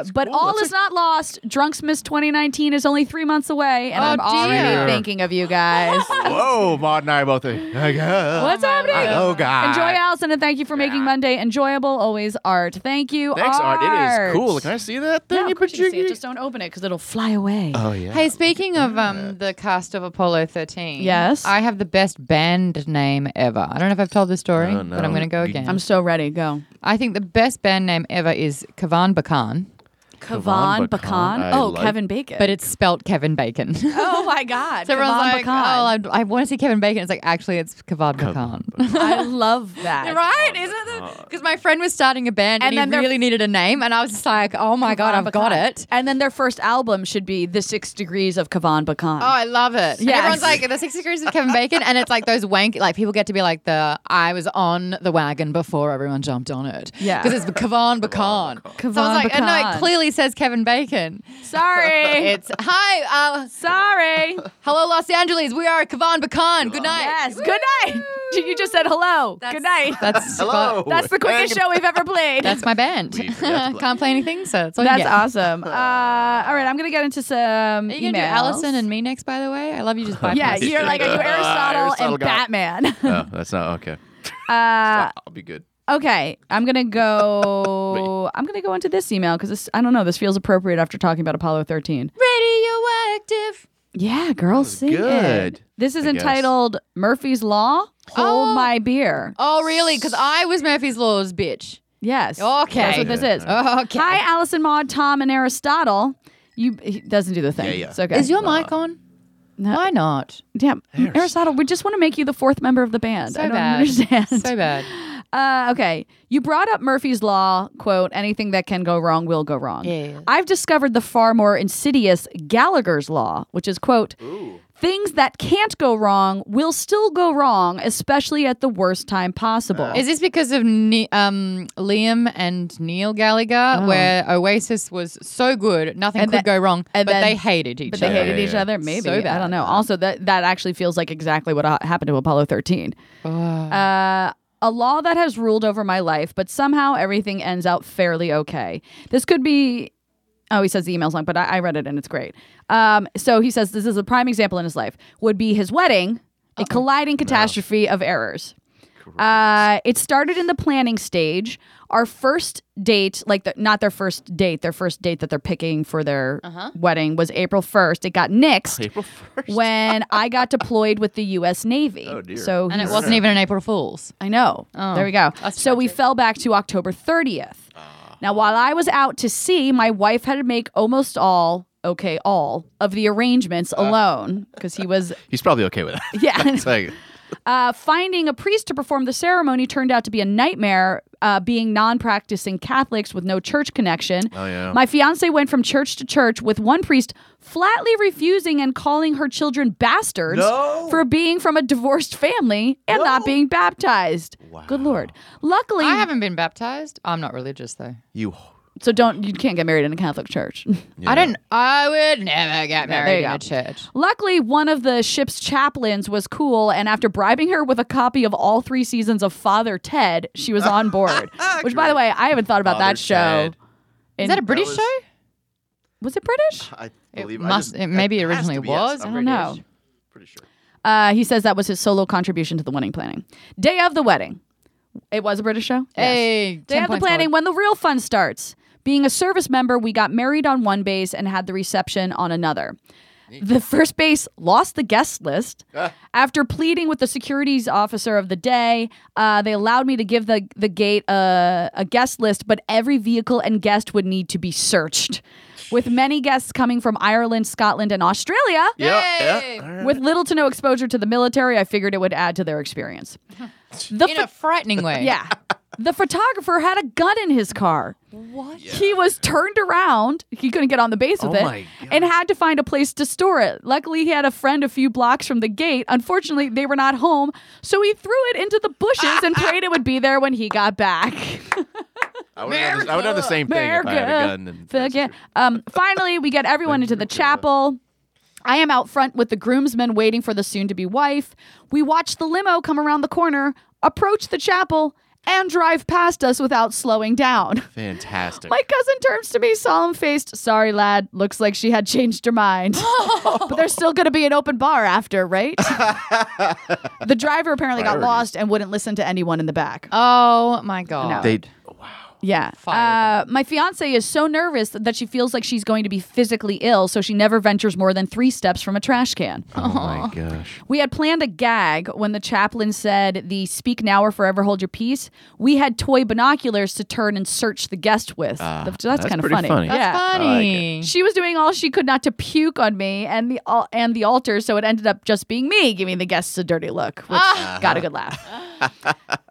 [SPEAKER 4] uh, but
[SPEAKER 3] cool.
[SPEAKER 4] all
[SPEAKER 3] That's
[SPEAKER 4] is not lost. Drunks Miss 2019 is only three months away, and
[SPEAKER 2] Oh,
[SPEAKER 4] I'm already
[SPEAKER 2] dear.
[SPEAKER 4] thinking of you guys.
[SPEAKER 3] Whoa, Maud and I both are. Like, uh,
[SPEAKER 4] What's happening?
[SPEAKER 3] Oh, God.
[SPEAKER 4] Enjoy, Allison, and thank you for making
[SPEAKER 3] Yeah.
[SPEAKER 4] Monday enjoyable. Always art. Thank you.
[SPEAKER 3] Thanks, Art. It is
[SPEAKER 4] Art.
[SPEAKER 3] cool. Can I see that thing
[SPEAKER 4] Yeah,
[SPEAKER 3] you
[SPEAKER 4] of course you can see it.
[SPEAKER 3] pajiggy?
[SPEAKER 4] Just don't open it because it'll fly away.
[SPEAKER 3] Oh, yeah.
[SPEAKER 2] Hey, speaking of um, the cast of Apollo 13,
[SPEAKER 4] Yes?
[SPEAKER 2] I have the best band name ever. I don't know if I've told this story,
[SPEAKER 3] Oh,
[SPEAKER 2] but I'm
[SPEAKER 3] no.
[SPEAKER 2] going to go
[SPEAKER 3] You-
[SPEAKER 2] again.
[SPEAKER 4] I'm so ready. Go.
[SPEAKER 2] I think the best band name ever is Kavan Bakan,
[SPEAKER 3] Kavan
[SPEAKER 4] Kavan Bakan.
[SPEAKER 3] Bakan. I
[SPEAKER 4] Oh,
[SPEAKER 3] like-
[SPEAKER 4] Kevin Bacon.
[SPEAKER 2] but it's spelt Kevin Bacon. so
[SPEAKER 4] oh my God.
[SPEAKER 2] everyone's
[SPEAKER 4] Kavan
[SPEAKER 2] like,
[SPEAKER 4] Bakan.
[SPEAKER 2] oh, I, I want to see Kevin Bacon. It's like, actually, it's Kavan Bakan.
[SPEAKER 4] I love that.
[SPEAKER 2] right? Isn't it?
[SPEAKER 3] Oh.
[SPEAKER 2] Because my friend was starting a band
[SPEAKER 4] And
[SPEAKER 2] and,
[SPEAKER 4] then
[SPEAKER 2] he
[SPEAKER 4] they're-
[SPEAKER 2] really needed a name. And I was just like, oh my God,
[SPEAKER 4] Kavan
[SPEAKER 2] I've got
[SPEAKER 4] Bakan.
[SPEAKER 2] it.
[SPEAKER 4] And then their first album should be The Six Degrees of Kavan Bakan.
[SPEAKER 2] Oh, I love it. Yeah,
[SPEAKER 4] Yes.
[SPEAKER 2] everyone's like the six degrees of Kevin Bacon, and it's like those wanky. Like people get to be like the I was on the wagon before everyone jumped on it.
[SPEAKER 4] Yeah.
[SPEAKER 2] because it's Kavan Bakan. so I was like, and no,
[SPEAKER 4] Bakan.
[SPEAKER 2] it clearly says Kevin Bacon.
[SPEAKER 4] Sorry.
[SPEAKER 2] It's hi, uh,
[SPEAKER 4] Sorry.
[SPEAKER 2] hello Los Angeles. We are Kavan Bakan. Good night.
[SPEAKER 4] Yes. Good night. You just said hello. Good night.
[SPEAKER 2] That's
[SPEAKER 3] Hello.
[SPEAKER 4] That's the quickest show we've ever played.
[SPEAKER 2] That's my band.
[SPEAKER 3] We forgot to play.
[SPEAKER 2] Can't play anything, so it's all
[SPEAKER 4] That's
[SPEAKER 2] you get.
[SPEAKER 4] awesome. Uh, all right, I'm gonna get into some
[SPEAKER 2] Are you gonna do
[SPEAKER 4] emails.
[SPEAKER 2] Allison and me next? By the way, I love you. Just bypassed.
[SPEAKER 4] yeah, you're like are you
[SPEAKER 3] Uh,
[SPEAKER 4] Aristotle,
[SPEAKER 3] Aristotle
[SPEAKER 4] and
[SPEAKER 3] got-
[SPEAKER 4] Batman?
[SPEAKER 3] Oh, that's not okay.
[SPEAKER 4] Uh,
[SPEAKER 3] I'll be good.
[SPEAKER 4] Okay, I'm gonna go. I'm gonna go into this email because this. I don't know. This feels appropriate after talking about Apollo 13.
[SPEAKER 2] Radioactive.
[SPEAKER 4] Yeah, girls sing it.
[SPEAKER 3] good,
[SPEAKER 4] This is
[SPEAKER 3] I guess.
[SPEAKER 4] entitled Murphy's Law. Hold
[SPEAKER 2] Oh.
[SPEAKER 4] my beer.
[SPEAKER 2] Oh, really? Because I was Murphy's Law's bitch.
[SPEAKER 4] Yes.
[SPEAKER 2] Okay.
[SPEAKER 4] That's what this is.
[SPEAKER 2] Okay.
[SPEAKER 4] Hi, Allison Maud, Tom, and Aristotle. You he doesn't do the thing.
[SPEAKER 3] Yeah, yeah.
[SPEAKER 4] It's okay.
[SPEAKER 2] Is your mic on?
[SPEAKER 4] No.
[SPEAKER 2] Why not?
[SPEAKER 4] yeah, Aristotle? We just want to make you the fourth member of the band.
[SPEAKER 2] So
[SPEAKER 4] I don't
[SPEAKER 2] bad.
[SPEAKER 4] understand.
[SPEAKER 2] So bad.
[SPEAKER 4] Uh, okay. You brought up Murphy's Law, quote, anything that can go wrong will go wrong.
[SPEAKER 2] Yeah.
[SPEAKER 4] I've discovered the far more insidious Gallagher's Law, which is, quote, things that can't go wrong will still go wrong, especially at the worst time possible.
[SPEAKER 3] Oh.
[SPEAKER 2] Is this because of ne- um, Liam and Neil Gallagher, where Oasis was so good, nothing
[SPEAKER 4] Oh. And
[SPEAKER 2] could
[SPEAKER 4] that-
[SPEAKER 2] go wrong,
[SPEAKER 4] and
[SPEAKER 2] but
[SPEAKER 4] then-
[SPEAKER 2] they hated each
[SPEAKER 4] but
[SPEAKER 2] other?
[SPEAKER 4] they hated
[SPEAKER 3] yeah,
[SPEAKER 4] each
[SPEAKER 3] yeah.
[SPEAKER 4] other, maybe.
[SPEAKER 2] So
[SPEAKER 4] I
[SPEAKER 2] bad.
[SPEAKER 4] don't know. Also, that that actually feels like exactly what ha- happened to Apollo 13. Uh, a law that has ruled over my life, but somehow everything ends out fairly okay. This could be. Oh, he says the email's long, but I, I read it and it's great. Um, so he says this is a prime example in his life. Would be his wedding, a colliding catastrophe of errors. Uh, it started in the planning stage. Our first date, like the, not their first date, their first date that they're picking for their wedding was April 1st. It got nixed
[SPEAKER 3] Uh-huh. April first.
[SPEAKER 4] when I got deployed with the U.S. Navy.
[SPEAKER 3] Oh, dear.
[SPEAKER 4] So
[SPEAKER 2] and it
[SPEAKER 4] he's-
[SPEAKER 2] wasn't even an April Fool's.
[SPEAKER 4] I know. there we go.
[SPEAKER 2] that's
[SPEAKER 4] So we fell back to October 30th.
[SPEAKER 3] Ah.
[SPEAKER 4] Now, while I was out to sea, my wife had to make almost all, okay, all of the arrangements
[SPEAKER 3] Ah.
[SPEAKER 4] alone because he was,
[SPEAKER 3] He's probably okay with that.
[SPEAKER 4] yeah.
[SPEAKER 3] It's like,
[SPEAKER 4] Uh, finding a priest to perform the ceremony turned out to be a nightmare, uh, being non practicing Catholics with no church connection.
[SPEAKER 3] Oh, yeah.
[SPEAKER 4] My fiance went from church to church with one priest flatly refusing and calling her children bastards
[SPEAKER 3] No.
[SPEAKER 4] for being from a divorced family and not being baptized. Good Lord. Luckily,
[SPEAKER 2] I haven't been baptized. I'm not religious, though.
[SPEAKER 3] you.
[SPEAKER 4] so don't, you can't get married in a Catholic church.
[SPEAKER 2] I don't. I would never get
[SPEAKER 4] there
[SPEAKER 2] married
[SPEAKER 4] you
[SPEAKER 2] in
[SPEAKER 4] go.
[SPEAKER 2] a church.
[SPEAKER 4] Luckily, one of the ship's chaplains was cool, and after bribing her with a copy of all three seasons of Father Ted, she was on board. Which, by the way, I haven't thought about that
[SPEAKER 3] bothered
[SPEAKER 4] show.
[SPEAKER 3] Ted.
[SPEAKER 2] Is
[SPEAKER 4] In-
[SPEAKER 2] that a British
[SPEAKER 3] was-
[SPEAKER 2] show?
[SPEAKER 4] was it British?
[SPEAKER 3] I
[SPEAKER 2] It
[SPEAKER 3] believe
[SPEAKER 2] must.
[SPEAKER 3] I just,
[SPEAKER 2] it maybe
[SPEAKER 3] it has
[SPEAKER 2] originally
[SPEAKER 3] to be,
[SPEAKER 2] was.
[SPEAKER 3] Yes,
[SPEAKER 2] I
[SPEAKER 3] I'm
[SPEAKER 2] don't
[SPEAKER 3] pretty-
[SPEAKER 2] know.
[SPEAKER 3] Pretty sure.
[SPEAKER 4] Uh, he says that was his solo contribution to the wedding planning. Day of the wedding. It was a British show?
[SPEAKER 2] Hey,
[SPEAKER 4] Day
[SPEAKER 2] 10
[SPEAKER 4] of the
[SPEAKER 2] points
[SPEAKER 4] planning
[SPEAKER 2] forward.
[SPEAKER 4] when the real fun starts. Being a service member, we got married on one base and had the reception on another. The first base lost the guest list. After pleading with the securities officer of the day, uh, they allowed me to give the, the gate uh, a, a guest list, but every vehicle and guest would need to be searched. With many guests coming from Ireland, Scotland, and Australia,
[SPEAKER 3] Yeah,
[SPEAKER 2] Yay!
[SPEAKER 3] yeah. all right.
[SPEAKER 4] with little to no exposure to the military, I figured it would add to their experience. The
[SPEAKER 2] in
[SPEAKER 4] pho-
[SPEAKER 2] a frightening way.
[SPEAKER 4] yeah. The photographer had a gun in his car. What? He was turned around. He couldn't get on the base with
[SPEAKER 3] Oh
[SPEAKER 4] it
[SPEAKER 3] my God.
[SPEAKER 4] and had to find a place to store it. Luckily, he had a friend a few blocks from the gate. Unfortunately, they were not home, so he threw it into the bushes and prayed it would be there when he got back.
[SPEAKER 3] I would have done the- I would have done the same thing if I had a gun. And,
[SPEAKER 4] Fuck yeah. Um, finally, we get everyone into the chapel. I am out front with the groomsmen waiting for the soon to be wife. We watch the limo come around the corner, approach the chapel, and drive past us without slowing down.
[SPEAKER 3] Fantastic.
[SPEAKER 4] My cousin turns to me, solemn faced. Sorry, lad. Looks like she had changed her mind. but there's still going to be an open bar after, right? the driver apparently got
[SPEAKER 3] Priorities.
[SPEAKER 4] lost and wouldn't listen to anyone in the back.
[SPEAKER 2] Oh my god.
[SPEAKER 3] they.
[SPEAKER 4] Yeah. Uh,
[SPEAKER 2] Fired.
[SPEAKER 4] my fiance is so nervous that she feels like she's going to be physically ill, so she never ventures more than three steps from a trash can.
[SPEAKER 3] Oh my gosh.
[SPEAKER 4] We had planned a gag when the chaplain said the speak now or forever hold your peace. We had toy binoculars to turn and search the guest with. that's
[SPEAKER 3] Ah, that's
[SPEAKER 4] kind of
[SPEAKER 3] pretty funny.
[SPEAKER 2] That's
[SPEAKER 4] yeah.
[SPEAKER 2] funny.
[SPEAKER 4] She was doing all she could not to puke on me and the al- and the altar, so it ended up just being me giving the guests a dirty look, which
[SPEAKER 2] Ah.
[SPEAKER 4] got a good laugh.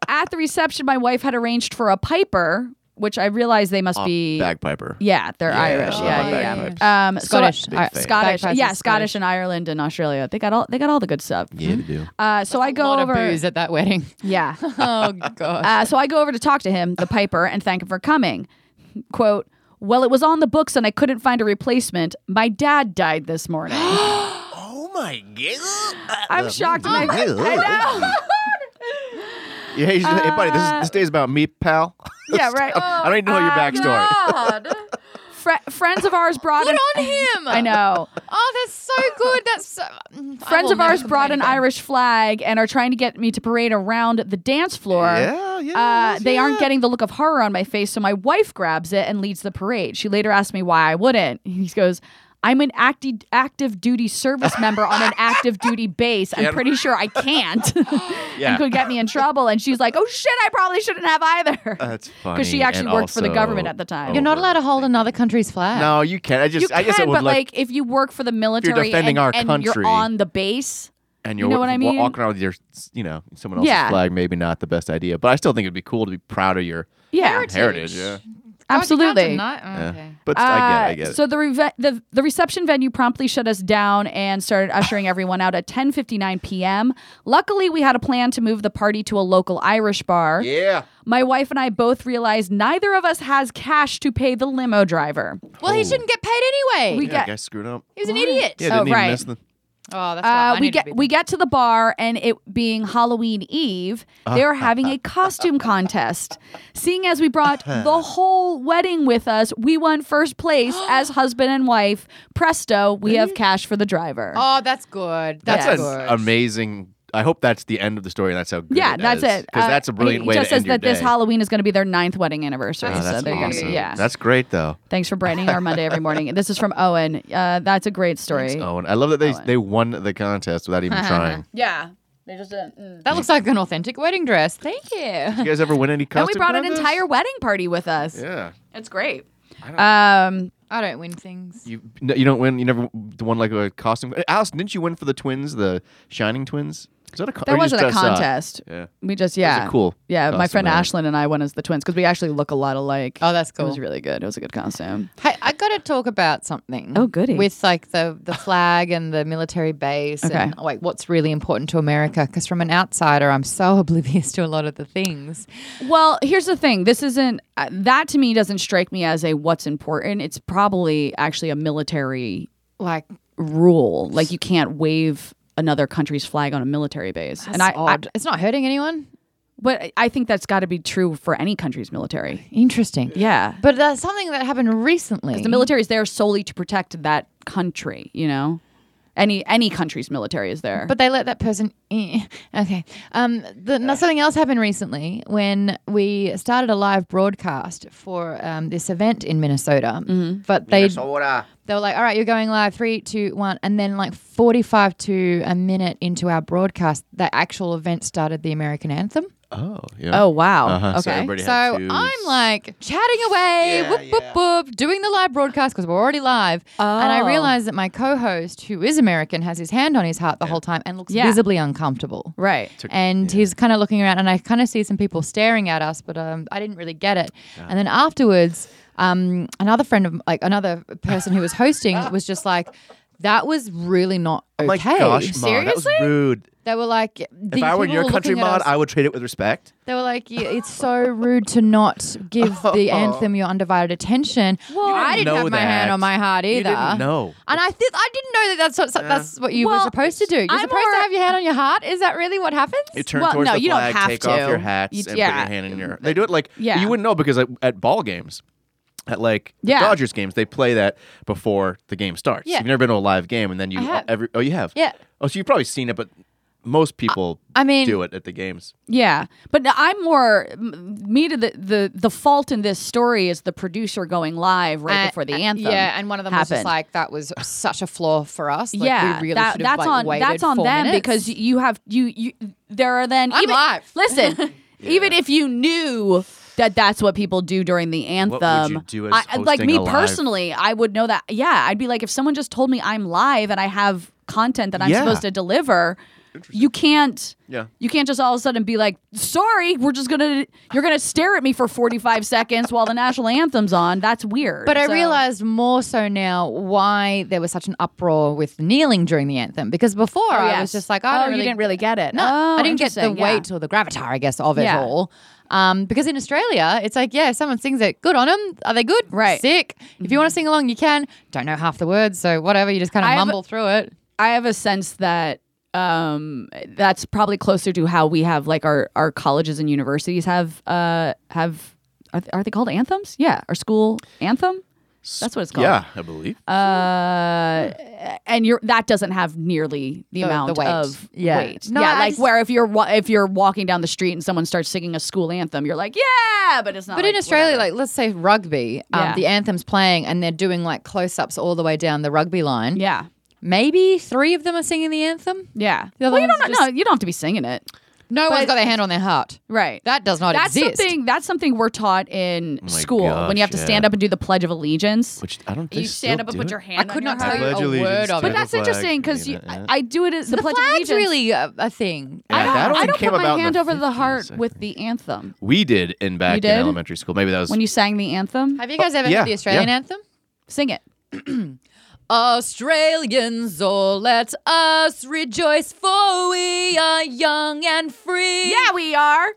[SPEAKER 4] At the reception, my wife had arranged for a piper, which I realized they must be.
[SPEAKER 3] Bagpiper.
[SPEAKER 4] Yeah, they're
[SPEAKER 3] Yeah,
[SPEAKER 4] Irish.
[SPEAKER 3] I
[SPEAKER 4] Yeah,
[SPEAKER 3] love
[SPEAKER 4] yeah,
[SPEAKER 3] bagpipes.
[SPEAKER 4] yeah. Um, so-
[SPEAKER 2] Scottish. I-
[SPEAKER 3] fan.
[SPEAKER 4] Scottish.
[SPEAKER 2] bagpipes
[SPEAKER 4] Yeah,
[SPEAKER 2] is
[SPEAKER 4] Scottish and Ireland and Australia. They got all they got all the good stuff.
[SPEAKER 3] Yeah, they do.
[SPEAKER 4] Uh, so I go
[SPEAKER 2] lot
[SPEAKER 4] over.
[SPEAKER 2] of booze at that wedding.
[SPEAKER 4] Yeah.
[SPEAKER 2] Oh god.
[SPEAKER 4] Uh, so I go over to talk to him, the piper, and thank him for coming. Quote, well, it was on the books and I couldn't find a replacement. My dad died this morning.
[SPEAKER 3] Oh my god.
[SPEAKER 4] I'm shocked. Oh
[SPEAKER 3] Oh
[SPEAKER 4] My, I know.
[SPEAKER 3] Yeah, he's just, hey buddy, this, is, this day's about me, pal.
[SPEAKER 4] Yeah, right.
[SPEAKER 3] I don't even know your backstory.
[SPEAKER 4] fr- friends of ours brought
[SPEAKER 2] Good on
[SPEAKER 4] an-
[SPEAKER 2] him.
[SPEAKER 4] I know.
[SPEAKER 2] Oh, that's so good. That's so, mm,
[SPEAKER 4] Friends of ours brought an Irish flag and are trying to get me to parade around the dance floor.
[SPEAKER 3] Yeah, yeah,
[SPEAKER 4] Uh, they aren't
[SPEAKER 3] yeah.
[SPEAKER 4] getting the look of horror on my face, so my wife grabs it and leads the parade. She later asked me why I wouldn't. He goes, I'm an acti- active duty service member on an active duty base. I'm
[SPEAKER 3] Yeah.
[SPEAKER 4] pretty sure I can't.
[SPEAKER 3] Yeah.
[SPEAKER 4] and could get me in trouble. And she's like, oh shit, I probably shouldn't have either.
[SPEAKER 3] That's funny.
[SPEAKER 4] Because she actually
[SPEAKER 3] and
[SPEAKER 4] worked for the
[SPEAKER 3] also-
[SPEAKER 4] government at the time.
[SPEAKER 2] You're not allowed to hold
[SPEAKER 3] Overthinking.
[SPEAKER 2] another country's flag.
[SPEAKER 4] Oh,
[SPEAKER 3] No, you can't. I just,
[SPEAKER 4] You
[SPEAKER 3] I guess it
[SPEAKER 4] can,
[SPEAKER 3] would
[SPEAKER 4] but
[SPEAKER 3] like,
[SPEAKER 4] like if you work for the military
[SPEAKER 3] defending
[SPEAKER 4] and,
[SPEAKER 3] our
[SPEAKER 4] and
[SPEAKER 3] country-
[SPEAKER 4] you're on the base,
[SPEAKER 3] and
[SPEAKER 4] you
[SPEAKER 3] you're
[SPEAKER 4] know what I
[SPEAKER 3] wa-
[SPEAKER 4] mean?
[SPEAKER 3] walking around with your, you know, someone else's
[SPEAKER 4] Yeah.
[SPEAKER 3] flag. Maybe not the best idea, but I still think it'd be cool to be proud of your
[SPEAKER 4] yeah,
[SPEAKER 3] heritage. Yeah,
[SPEAKER 4] absolutely.
[SPEAKER 3] yeah. But I get, it, I get.
[SPEAKER 4] Uh,
[SPEAKER 3] it.
[SPEAKER 4] So the, reve- the the reception venue promptly shut us down and started ushering everyone out at 10:59 p.m. Luckily, we had a plan to move the party to a local Irish bar.
[SPEAKER 3] yeah.
[SPEAKER 4] My wife and I both realized neither of us has cash to pay the limo driver.
[SPEAKER 2] Well, he
[SPEAKER 3] Oh.
[SPEAKER 2] shouldn't get paid anyway.
[SPEAKER 4] We
[SPEAKER 3] yeah,
[SPEAKER 4] got-
[SPEAKER 3] I guess screwed up.
[SPEAKER 2] he was an idiot.
[SPEAKER 3] Yeah,
[SPEAKER 4] Oh,
[SPEAKER 3] didn't even
[SPEAKER 4] right.
[SPEAKER 3] miss the.
[SPEAKER 2] Oh, that's
[SPEAKER 4] Uh,
[SPEAKER 2] fine. I
[SPEAKER 4] we
[SPEAKER 2] need to
[SPEAKER 4] get
[SPEAKER 2] be
[SPEAKER 4] we get to the bar, and it being Halloween Eve, they were having a costume contest. Seeing as we brought the whole wedding with us, we won first place as husband and wife. Presto, we have cash for the driver.
[SPEAKER 2] Oh, that's good. That's,
[SPEAKER 3] That's an
[SPEAKER 2] good.
[SPEAKER 3] amazing. I hope that's the end of the story, and that's how. Good
[SPEAKER 4] yeah, that's it.
[SPEAKER 3] Because
[SPEAKER 4] Uh,
[SPEAKER 3] that's a brilliant
[SPEAKER 4] he
[SPEAKER 3] way
[SPEAKER 4] just
[SPEAKER 3] to
[SPEAKER 4] says
[SPEAKER 3] end your
[SPEAKER 4] that this
[SPEAKER 3] day.
[SPEAKER 4] Halloween is going to be their ninth wedding anniversary.
[SPEAKER 3] Oh,
[SPEAKER 4] so
[SPEAKER 3] that's
[SPEAKER 4] they're
[SPEAKER 3] awesome.
[SPEAKER 4] gonna, yeah.
[SPEAKER 3] That's great, though.
[SPEAKER 4] Thanks for brightening our Monday every morning. This is from Owen. Uh, that's a great story.
[SPEAKER 3] Oh, and I love that they they won the contest without even trying.
[SPEAKER 4] Yeah, they just didn't. mm.
[SPEAKER 2] that looks like an authentic wedding dress. Thank you.
[SPEAKER 3] You guys ever win any
[SPEAKER 4] And
[SPEAKER 3] costume?
[SPEAKER 4] we brought an
[SPEAKER 3] contests?
[SPEAKER 4] entire wedding party with us.
[SPEAKER 3] Yeah.
[SPEAKER 4] It's great.
[SPEAKER 3] don't-
[SPEAKER 4] Um,
[SPEAKER 2] I don't win things.
[SPEAKER 3] You no, you don't win. You never won like a costume. Allison, didn't you win for the twins, the Shining twins? Is that a? con- or
[SPEAKER 4] that
[SPEAKER 3] you just uh,
[SPEAKER 4] wasn't a
[SPEAKER 3] dress up?
[SPEAKER 4] contest.
[SPEAKER 3] Yeah.
[SPEAKER 4] We just
[SPEAKER 3] was a
[SPEAKER 4] yeah,
[SPEAKER 3] cool
[SPEAKER 4] Yeah, my
[SPEAKER 3] costume,
[SPEAKER 4] friend
[SPEAKER 3] yeah.
[SPEAKER 4] Ashlyn and I went as the twins because we actually look a lot alike.
[SPEAKER 2] Oh, that's
[SPEAKER 4] It
[SPEAKER 2] cool.
[SPEAKER 4] was really good. It was a good costume.
[SPEAKER 2] Hey, I got to talk about something.
[SPEAKER 4] Oh, goody.
[SPEAKER 2] With like the the flag and the military base and
[SPEAKER 4] Okay.
[SPEAKER 2] like what's really important to America. Because from an outsider, I'm so oblivious to a lot of the things.
[SPEAKER 4] Well, here's the thing. This isn't uh, that to me doesn't strike me as a what's important. It's probably actually a military
[SPEAKER 2] Like
[SPEAKER 4] rule. Like you can't wave another country's flag on a military base. and I, I-
[SPEAKER 2] odd. it's not hurting anyone.
[SPEAKER 4] but I think that's got to be true for any country's military.
[SPEAKER 2] Interesting.
[SPEAKER 4] Yeah.
[SPEAKER 2] But that's something that happened recently.
[SPEAKER 4] The military is there solely to protect that country, you know? Any any country's military is there.
[SPEAKER 2] But they let that person. eh. Okay. Um, the, now something else happened recently when we started a live broadcast for um, this event in Minnesota.
[SPEAKER 4] Mm-hmm.
[SPEAKER 2] But they they were like, "All right, you're going live. Three, two, one." And then, like forty five to a minute into our broadcast, the actual event started the American anthem.
[SPEAKER 3] Oh, yeah.
[SPEAKER 4] oh wow.
[SPEAKER 3] Uh-huh. So
[SPEAKER 4] Okay.
[SPEAKER 3] everybody
[SPEAKER 2] So
[SPEAKER 3] had to
[SPEAKER 2] I'm like chatting away,
[SPEAKER 3] Yeah,
[SPEAKER 2] whoop, whoop, whoop, doing the live broadcast because we're already live. And I
[SPEAKER 4] Oh.
[SPEAKER 2] realize that my co host, who is American, has his hand on his heart the whole time and looks
[SPEAKER 4] Yeah.
[SPEAKER 2] visibly uncomfortable.
[SPEAKER 4] right.
[SPEAKER 2] And he's kind of looking around, and I kind of see some people staring at us, but um, I didn't really get it. And then afterwards, um, another friend of like another person who was hosting was just like, "That was really not okay."
[SPEAKER 3] Oh my gosh, Ma, that was rude.
[SPEAKER 2] they were like,
[SPEAKER 3] If I were in your country, mod, I would treat it with respect.
[SPEAKER 2] they were like, yeah, "It's so rude to not give the anthem your undivided attention." Well, I didn't
[SPEAKER 3] know
[SPEAKER 2] have my hand
[SPEAKER 3] that.
[SPEAKER 2] on my heart either.
[SPEAKER 3] You didn't know.
[SPEAKER 2] And I think I didn't know that that's what, that's what you
[SPEAKER 4] Well,
[SPEAKER 2] were supposed to do. You're
[SPEAKER 4] I'm
[SPEAKER 2] supposed to
[SPEAKER 4] more-
[SPEAKER 2] have your hand on your heart. Is that really what happens?
[SPEAKER 3] You turn
[SPEAKER 4] Well,
[SPEAKER 3] towards
[SPEAKER 4] no,
[SPEAKER 3] the
[SPEAKER 4] you don't
[SPEAKER 3] flag,
[SPEAKER 4] have
[SPEAKER 3] take off
[SPEAKER 4] to.
[SPEAKER 3] your hats,
[SPEAKER 4] You-
[SPEAKER 3] and put
[SPEAKER 4] yeah. Mm,
[SPEAKER 3] your hand in your. They do it like
[SPEAKER 4] Yeah.
[SPEAKER 3] you wouldn't know because at, at ball games, at like the
[SPEAKER 4] Yeah.
[SPEAKER 3] Dodgers games, they play that before the game starts.
[SPEAKER 2] Yeah.
[SPEAKER 3] You've never been to a live game, and then you
[SPEAKER 2] have.
[SPEAKER 3] every oh you have
[SPEAKER 2] Yeah.
[SPEAKER 3] Oh, so you've probably seen it, but most people
[SPEAKER 2] I mean-
[SPEAKER 3] do it at the games.
[SPEAKER 4] Yeah, but no- I'm more m- me to the, the the fault in this story is the producer going live right
[SPEAKER 2] And-
[SPEAKER 4] before the
[SPEAKER 2] and-
[SPEAKER 4] anthem.
[SPEAKER 2] Uh, Yeah, and one of them was just
[SPEAKER 4] happened.
[SPEAKER 2] like, "That was such a flaw for us." Like,
[SPEAKER 4] yeah,
[SPEAKER 2] we really
[SPEAKER 4] that-
[SPEAKER 2] should have,
[SPEAKER 4] that's
[SPEAKER 2] like,
[SPEAKER 4] on
[SPEAKER 2] waited
[SPEAKER 4] that's on
[SPEAKER 2] four
[SPEAKER 4] them
[SPEAKER 2] minutes.
[SPEAKER 4] because you have you you there are then
[SPEAKER 2] I'm
[SPEAKER 4] even
[SPEAKER 2] live.
[SPEAKER 4] listen even if you knew that that's what people do during the anthem
[SPEAKER 3] would you do as
[SPEAKER 4] I, like
[SPEAKER 3] hosting
[SPEAKER 4] me
[SPEAKER 3] a live-
[SPEAKER 4] personally I would know that yeah I'd be like if someone just told me I'm live and I have content that I'm
[SPEAKER 3] Yeah.
[SPEAKER 4] supposed to deliver you can't
[SPEAKER 3] Yeah.
[SPEAKER 4] you can't just all of a sudden be like sorry we're just gonna you're gonna stare at me for 45 seconds while the national anthem's on that's weird
[SPEAKER 2] But I
[SPEAKER 4] So-
[SPEAKER 2] realized more so now why there was such an uproar with kneeling during the anthem because before
[SPEAKER 4] Oh,
[SPEAKER 2] I
[SPEAKER 4] yes.
[SPEAKER 2] was just like, I
[SPEAKER 4] Oh,
[SPEAKER 2] don't
[SPEAKER 4] you
[SPEAKER 2] really,
[SPEAKER 4] didn't really get it
[SPEAKER 2] No,
[SPEAKER 4] Oh,
[SPEAKER 2] I didn't get the
[SPEAKER 4] interesting. Yeah.
[SPEAKER 2] weight or the gravatar, I guess, of it
[SPEAKER 4] Yeah.
[SPEAKER 2] all. Um, because in Australia, it's like, yeah, if someone sings it, good on them. Are they good?
[SPEAKER 4] Right.
[SPEAKER 2] Sick. If you want to sing along, you can. Don't know half the words, so whatever. You just kind
[SPEAKER 4] I
[SPEAKER 2] of
[SPEAKER 4] have-
[SPEAKER 2] mumble through it.
[SPEAKER 4] I have a sense that um that's probably closer to how we have like our our colleges and universities have uh have are, th- are they called anthems? Yeah, our school anthem. That's what it's called.
[SPEAKER 3] Yeah, I believe.
[SPEAKER 4] Uh, and you're that doesn't have nearly the,
[SPEAKER 2] The-
[SPEAKER 4] amount
[SPEAKER 2] the weight.
[SPEAKER 4] of
[SPEAKER 2] Yeah.
[SPEAKER 4] weight.
[SPEAKER 2] No,
[SPEAKER 4] yeah,
[SPEAKER 2] I
[SPEAKER 4] like
[SPEAKER 2] just-
[SPEAKER 4] where if you're wa- if you're walking down the street and someone starts singing a school anthem, you're like, yeah, but it's not.
[SPEAKER 2] But in
[SPEAKER 4] like,
[SPEAKER 2] Australia,
[SPEAKER 4] whatever.
[SPEAKER 2] like let's say rugby, um,
[SPEAKER 4] Yeah.
[SPEAKER 2] the anthem's playing and they're doing like close ups all the way down the rugby line.
[SPEAKER 4] yeah,
[SPEAKER 2] Maybe three of them are singing the anthem.
[SPEAKER 4] yeah.
[SPEAKER 2] The other
[SPEAKER 4] well, you don't
[SPEAKER 2] ones
[SPEAKER 4] no, you don't have to be singing it,
[SPEAKER 2] No
[SPEAKER 4] But-
[SPEAKER 2] one's got their hand on their heart.
[SPEAKER 4] right?
[SPEAKER 2] That does not
[SPEAKER 4] that's
[SPEAKER 2] exist.
[SPEAKER 4] something that's something we're taught in
[SPEAKER 3] Oh my
[SPEAKER 4] school when you have
[SPEAKER 3] gosh,
[SPEAKER 4] to
[SPEAKER 3] yeah.
[SPEAKER 4] stand up and do the Pledge of Allegiance.
[SPEAKER 3] Which I don't.
[SPEAKER 4] you stand up and put your hand.
[SPEAKER 2] I could not
[SPEAKER 4] on
[SPEAKER 2] tell you
[SPEAKER 4] your heart.
[SPEAKER 3] Pledge
[SPEAKER 2] a
[SPEAKER 3] allegiance
[SPEAKER 2] word
[SPEAKER 3] to
[SPEAKER 2] of
[SPEAKER 4] But
[SPEAKER 2] it.
[SPEAKER 3] the
[SPEAKER 4] that's
[SPEAKER 3] flag,
[SPEAKER 4] interesting because
[SPEAKER 3] you
[SPEAKER 4] you,
[SPEAKER 3] know,
[SPEAKER 4] I,
[SPEAKER 3] yeah.
[SPEAKER 4] I do it as the,
[SPEAKER 2] The
[SPEAKER 4] Pledge of
[SPEAKER 2] flag's
[SPEAKER 4] Allegiance.
[SPEAKER 2] really a, a thing.
[SPEAKER 4] I
[SPEAKER 3] Yeah,
[SPEAKER 4] don't,
[SPEAKER 3] that
[SPEAKER 4] I
[SPEAKER 3] only
[SPEAKER 4] don't
[SPEAKER 3] came
[SPEAKER 4] put my
[SPEAKER 3] about in
[SPEAKER 4] hand
[SPEAKER 3] the
[SPEAKER 4] over the
[SPEAKER 3] 50s,
[SPEAKER 4] heart
[SPEAKER 3] I
[SPEAKER 4] with the anthem.
[SPEAKER 3] we did in back
[SPEAKER 4] did?
[SPEAKER 3] in elementary school. Maybe that was
[SPEAKER 4] When you sang the anthem,
[SPEAKER 2] Have you guys ever
[SPEAKER 3] yeah,
[SPEAKER 2] heard the Australian
[SPEAKER 3] yeah.
[SPEAKER 2] anthem?
[SPEAKER 4] sing it.
[SPEAKER 2] Australians, oh, let us rejoice, for we are young and free.
[SPEAKER 4] Yeah, we are.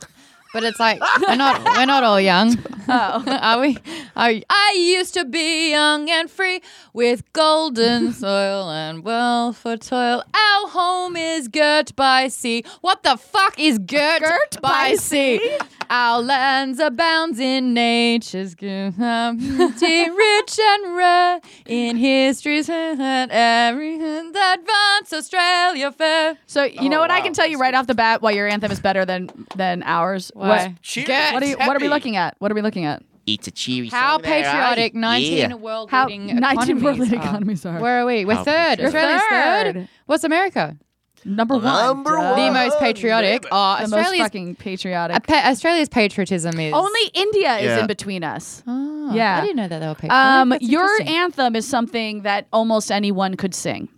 [SPEAKER 2] But it's like we're not we're not all young.
[SPEAKER 4] Oh.
[SPEAKER 2] are we? Are, you- I used to be young and free with golden soil and well for toil. Our home is girt by sea. What the fuck is girt,
[SPEAKER 4] Girt by sea?
[SPEAKER 2] Our lands abounds in nature's beauty, rich and rare in history's and everything that vaunts Australia fair.
[SPEAKER 4] So you know
[SPEAKER 3] Oh,
[SPEAKER 4] what I
[SPEAKER 3] wow.
[SPEAKER 4] can tell you right off the bat why your anthem is better than than ours.
[SPEAKER 2] Why?
[SPEAKER 3] Cheers.
[SPEAKER 4] What, what, are you, what are we looking at? What are we looking at?
[SPEAKER 3] It's a cheery.
[SPEAKER 2] How
[SPEAKER 3] song there, aye.
[SPEAKER 2] patriotic 19
[SPEAKER 3] Yeah.
[SPEAKER 2] world
[SPEAKER 4] eh? How
[SPEAKER 2] leading economies
[SPEAKER 4] 19
[SPEAKER 2] Oh.
[SPEAKER 4] world leading
[SPEAKER 2] are.
[SPEAKER 4] economies are.
[SPEAKER 2] Where are we? We're
[SPEAKER 3] How
[SPEAKER 2] third.
[SPEAKER 3] patriotic.
[SPEAKER 2] Australia's third.
[SPEAKER 4] Third.
[SPEAKER 2] What's America?
[SPEAKER 4] Number one.
[SPEAKER 3] Number
[SPEAKER 4] duh.
[SPEAKER 2] The
[SPEAKER 3] one.
[SPEAKER 4] The
[SPEAKER 2] most patriotic.
[SPEAKER 3] baby.
[SPEAKER 2] Oh,
[SPEAKER 4] most,
[SPEAKER 2] Australia's,
[SPEAKER 4] fucking
[SPEAKER 2] a
[SPEAKER 4] patriotic.
[SPEAKER 2] pa- Australia's patriotism is
[SPEAKER 4] Only India is
[SPEAKER 3] Yeah.
[SPEAKER 4] in between us.
[SPEAKER 2] Oh,
[SPEAKER 4] Yeah.
[SPEAKER 2] I didn't know that they were patriotic.
[SPEAKER 4] Um,
[SPEAKER 2] That's
[SPEAKER 4] your
[SPEAKER 2] interesting.
[SPEAKER 4] anthem is something that almost anyone could sing.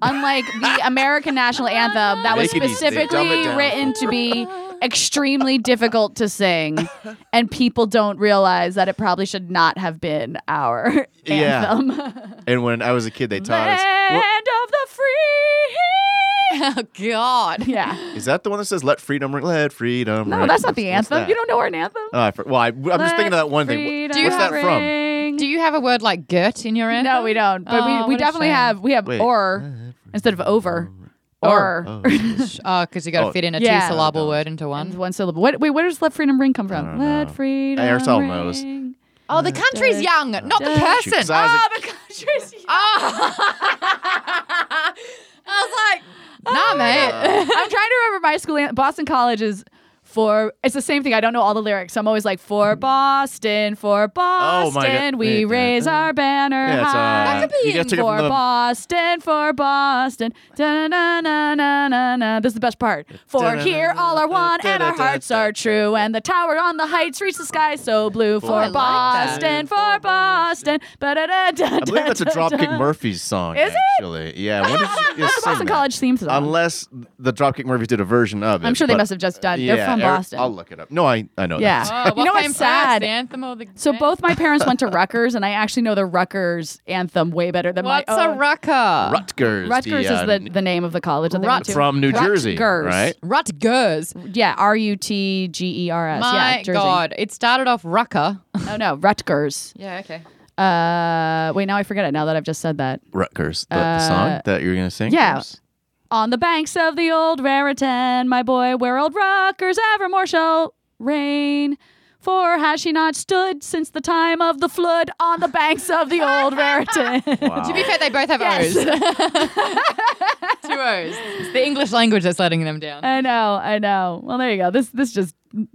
[SPEAKER 4] Unlike the American national anthem that was
[SPEAKER 3] Make it easy. Dumb it
[SPEAKER 4] specifically
[SPEAKER 3] down.
[SPEAKER 4] written to be extremely difficult to sing, and people don't realize that it probably should not have been our
[SPEAKER 3] Yeah.
[SPEAKER 4] anthem.
[SPEAKER 3] And when I was a kid, they taught us. What-
[SPEAKER 4] Land of the free.
[SPEAKER 2] oh God.
[SPEAKER 4] Yeah.
[SPEAKER 3] Is that the one that says "Let freedom ring"? Let freedom
[SPEAKER 4] No,
[SPEAKER 3] ring"?
[SPEAKER 4] that's not the
[SPEAKER 3] What's- what's
[SPEAKER 4] anthem.
[SPEAKER 3] that?
[SPEAKER 4] You don't know our anthem.
[SPEAKER 3] Oh, I for- well, I, am just thinking of that one thing. Wh-
[SPEAKER 4] Freedom
[SPEAKER 2] Do you
[SPEAKER 3] What's that
[SPEAKER 2] have
[SPEAKER 3] from?
[SPEAKER 4] ring.
[SPEAKER 2] Do you have a word like "girt" in your anthem?
[SPEAKER 4] No, we don't. But
[SPEAKER 2] Oh,
[SPEAKER 4] we, we
[SPEAKER 2] what a
[SPEAKER 4] definitely
[SPEAKER 2] shame.
[SPEAKER 4] have we have
[SPEAKER 3] Wait.
[SPEAKER 4] or instead of over. Or,
[SPEAKER 3] Oh,
[SPEAKER 2] Oh, because you got to
[SPEAKER 3] Oh,
[SPEAKER 2] fit in a
[SPEAKER 4] yeah.
[SPEAKER 2] two-syllable word into one.
[SPEAKER 4] one syllable. What, wait, where does "Let Freedom Ring" come
[SPEAKER 3] I
[SPEAKER 4] from?
[SPEAKER 3] don't
[SPEAKER 4] Let
[SPEAKER 3] know.
[SPEAKER 4] freedom.
[SPEAKER 3] Aristotle
[SPEAKER 4] ring.
[SPEAKER 3] knows.
[SPEAKER 2] Oh, the country's young, not the
[SPEAKER 3] Shoot, 'cause
[SPEAKER 2] person.
[SPEAKER 3] I was a-
[SPEAKER 4] the country's.
[SPEAKER 2] I was like, "Ah." nah, mate.
[SPEAKER 4] I'm trying to remember my school. an- Boston College is for. It's the same thing. I don't know all the lyrics. I'm always like for Boston, for
[SPEAKER 3] Oh God.
[SPEAKER 4] Boston,
[SPEAKER 3] Wait,
[SPEAKER 4] we
[SPEAKER 3] yeah.
[SPEAKER 4] raise our banner
[SPEAKER 3] Yeah, it's,
[SPEAKER 4] high.
[SPEAKER 3] uh,
[SPEAKER 2] could be
[SPEAKER 3] you guys
[SPEAKER 2] in
[SPEAKER 3] took it
[SPEAKER 4] for
[SPEAKER 3] from the
[SPEAKER 4] Boston, for Boston. Da na na na na na. This is the best part. For
[SPEAKER 3] Da-na-na-na-na,
[SPEAKER 4] here all are one, and our
[SPEAKER 3] da-da-da-da-da.
[SPEAKER 4] hearts are true, and the tower on the heights reaches the sky so
[SPEAKER 3] Oh,
[SPEAKER 4] blue. For
[SPEAKER 2] I like that.
[SPEAKER 4] Boston, for Boston. I
[SPEAKER 3] I believe that's a Dropkick Murphys song.
[SPEAKER 4] Is it?
[SPEAKER 3] actually. Yeah. When did you, you
[SPEAKER 4] That's a
[SPEAKER 3] sing
[SPEAKER 4] Boston
[SPEAKER 3] that?
[SPEAKER 4] College theme song.
[SPEAKER 3] Unless the Dropkick Murphys did a version of it.
[SPEAKER 4] I'm sure they
[SPEAKER 3] but-
[SPEAKER 4] must have just done.
[SPEAKER 3] Yeah,
[SPEAKER 4] They're from
[SPEAKER 3] Eric-
[SPEAKER 4] Boston.
[SPEAKER 3] I'll look it up. No, I I know.
[SPEAKER 4] Yeah.
[SPEAKER 3] That.
[SPEAKER 4] Oh, You know what's
[SPEAKER 2] came first,
[SPEAKER 4] sad?
[SPEAKER 2] The anthem or the
[SPEAKER 4] So both my parents went to Rutgers, and I actually know the Rutgers anthem way better than
[SPEAKER 2] What's
[SPEAKER 4] my
[SPEAKER 2] a
[SPEAKER 4] own.
[SPEAKER 2] rucker?
[SPEAKER 3] Rutgers.
[SPEAKER 4] Uh, Rutgers
[SPEAKER 3] the,
[SPEAKER 4] is
[SPEAKER 3] uh,
[SPEAKER 4] the, the name of the college. that they went
[SPEAKER 2] Rut-
[SPEAKER 4] to.
[SPEAKER 3] from New Jersey,
[SPEAKER 4] Rutgers.
[SPEAKER 3] right?
[SPEAKER 2] Rutgers.
[SPEAKER 4] Yeah, R U T G E R S.
[SPEAKER 2] My
[SPEAKER 4] yeah, Jersey.
[SPEAKER 2] God, it started off rucker.
[SPEAKER 4] Oh no, Rutgers.
[SPEAKER 2] yeah, okay.
[SPEAKER 4] Uh, wait, now I forget it. Now that I've just said that.
[SPEAKER 3] Rutgers. The, the song that you're gonna sing.
[SPEAKER 4] uh, yeah.
[SPEAKER 3] Oops.
[SPEAKER 4] On the banks of the old Raritan, my boy, where old Rutgers evermore shall reign. For has she not stood since the time of the flood on the banks of the old Raritan?
[SPEAKER 3] Wow.
[SPEAKER 2] To be fair, they both have
[SPEAKER 4] Yes.
[SPEAKER 2] O's. Two O's. It's the English language that's letting them down.
[SPEAKER 4] I know, I know. Well, there you go. This this just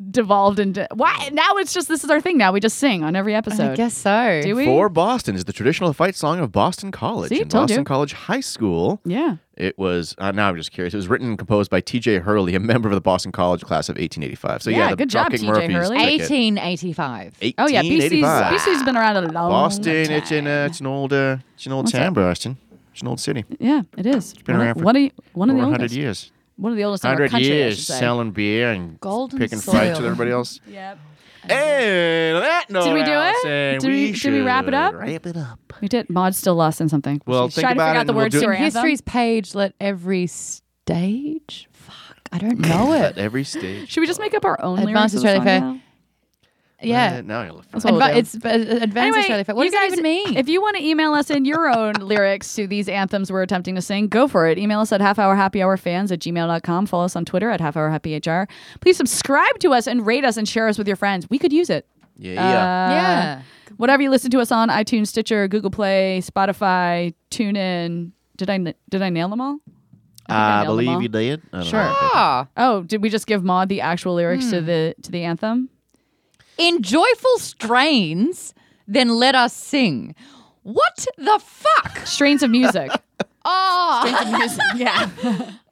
[SPEAKER 4] devolved into why now it's just this is our thing now. We just sing on every episode.
[SPEAKER 2] I guess so.
[SPEAKER 4] Do we?
[SPEAKER 3] For Boston is the traditional fight song of Boston College
[SPEAKER 4] See,
[SPEAKER 3] and
[SPEAKER 4] told you.
[SPEAKER 3] Boston College High School.
[SPEAKER 4] yeah.
[SPEAKER 3] It was uh, now I'm just curious. It was written and composed by T.J. Hurley, a member of the Boston College class of 1885. So
[SPEAKER 4] Yeah,
[SPEAKER 3] yeah, the
[SPEAKER 4] good job,
[SPEAKER 3] Dropkick
[SPEAKER 4] T.J.
[SPEAKER 3] Murphys
[SPEAKER 4] Hurley.
[SPEAKER 3] took it.
[SPEAKER 2] 1885.
[SPEAKER 4] Oh yeah, BC's
[SPEAKER 3] 1885.
[SPEAKER 4] BC's been around a long
[SPEAKER 3] Boston,
[SPEAKER 4] time.
[SPEAKER 3] it's an uh, it's an old uh, it's an old town, Boston. It's an old city.
[SPEAKER 4] Yeah, it is.
[SPEAKER 3] been
[SPEAKER 4] one
[SPEAKER 3] around
[SPEAKER 4] of,
[SPEAKER 3] for
[SPEAKER 4] one of, one of
[SPEAKER 3] Over
[SPEAKER 4] the
[SPEAKER 3] 100
[SPEAKER 4] oldest.
[SPEAKER 3] years.
[SPEAKER 4] One of the oldest in our
[SPEAKER 3] 100
[SPEAKER 4] country. I
[SPEAKER 3] years
[SPEAKER 4] should say.
[SPEAKER 3] selling beer and
[SPEAKER 2] Golden
[SPEAKER 3] picking
[SPEAKER 2] soil.
[SPEAKER 3] fights with everybody else.
[SPEAKER 4] Yep.
[SPEAKER 3] and on that note,
[SPEAKER 4] Did we do
[SPEAKER 3] I'll
[SPEAKER 4] it?
[SPEAKER 3] say
[SPEAKER 4] Did we- did we wrap it
[SPEAKER 3] should
[SPEAKER 4] up?
[SPEAKER 3] Wrap it up.
[SPEAKER 4] We did. Maud's still lost in something.
[SPEAKER 3] Well,
[SPEAKER 4] She's
[SPEAKER 3] think
[SPEAKER 4] trying
[SPEAKER 3] about it
[SPEAKER 4] to figure out the
[SPEAKER 3] and we'll
[SPEAKER 4] words
[SPEAKER 3] do
[SPEAKER 4] to
[SPEAKER 3] it.
[SPEAKER 4] her
[SPEAKER 2] In
[SPEAKER 4] anthem.
[SPEAKER 2] history's page, let every stage. Fuck, I don't
[SPEAKER 4] Oh,
[SPEAKER 2] know
[SPEAKER 3] At
[SPEAKER 2] it.
[SPEAKER 3] every stage.
[SPEAKER 4] Should we just make up our own lyrics?
[SPEAKER 2] Advanced
[SPEAKER 4] of the song
[SPEAKER 2] Australia Fair.
[SPEAKER 4] now?
[SPEAKER 2] Yeah.
[SPEAKER 3] Uh, now you're left.
[SPEAKER 4] That's what we'll
[SPEAKER 2] Adva-
[SPEAKER 4] do.
[SPEAKER 2] it's uh, advanced
[SPEAKER 4] Anyway,
[SPEAKER 2] Australia. What does
[SPEAKER 4] you
[SPEAKER 2] that
[SPEAKER 4] guys-
[SPEAKER 2] even mean?
[SPEAKER 4] If you want to email us in your own lyrics to these anthems we're attempting to sing, go for it. Email us at halfhourhappyhourfans at gmail.com. Follow us on Twitter at halfhourhappyhr. Please subscribe to us and rate us and share us with your friends. We could use it.
[SPEAKER 2] Uh,
[SPEAKER 4] Uh,
[SPEAKER 3] Yeah, yeah.
[SPEAKER 2] yeah.
[SPEAKER 4] Whatever you listen to us on iTunes, Stitcher, Google Play, Spotify, TuneIn. Did I n- did I nail them all? I
[SPEAKER 3] I
[SPEAKER 4] nailed them all.
[SPEAKER 3] believe you did. I don't know.
[SPEAKER 4] Sure.
[SPEAKER 2] Ah,
[SPEAKER 4] Oh, did we just give Maud the actual lyrics
[SPEAKER 2] Hmm.
[SPEAKER 4] to the to the anthem?
[SPEAKER 2] in joyful strains, then let us sing. What the fuck?
[SPEAKER 4] Strains of music.
[SPEAKER 2] Oh,
[SPEAKER 4] yeah.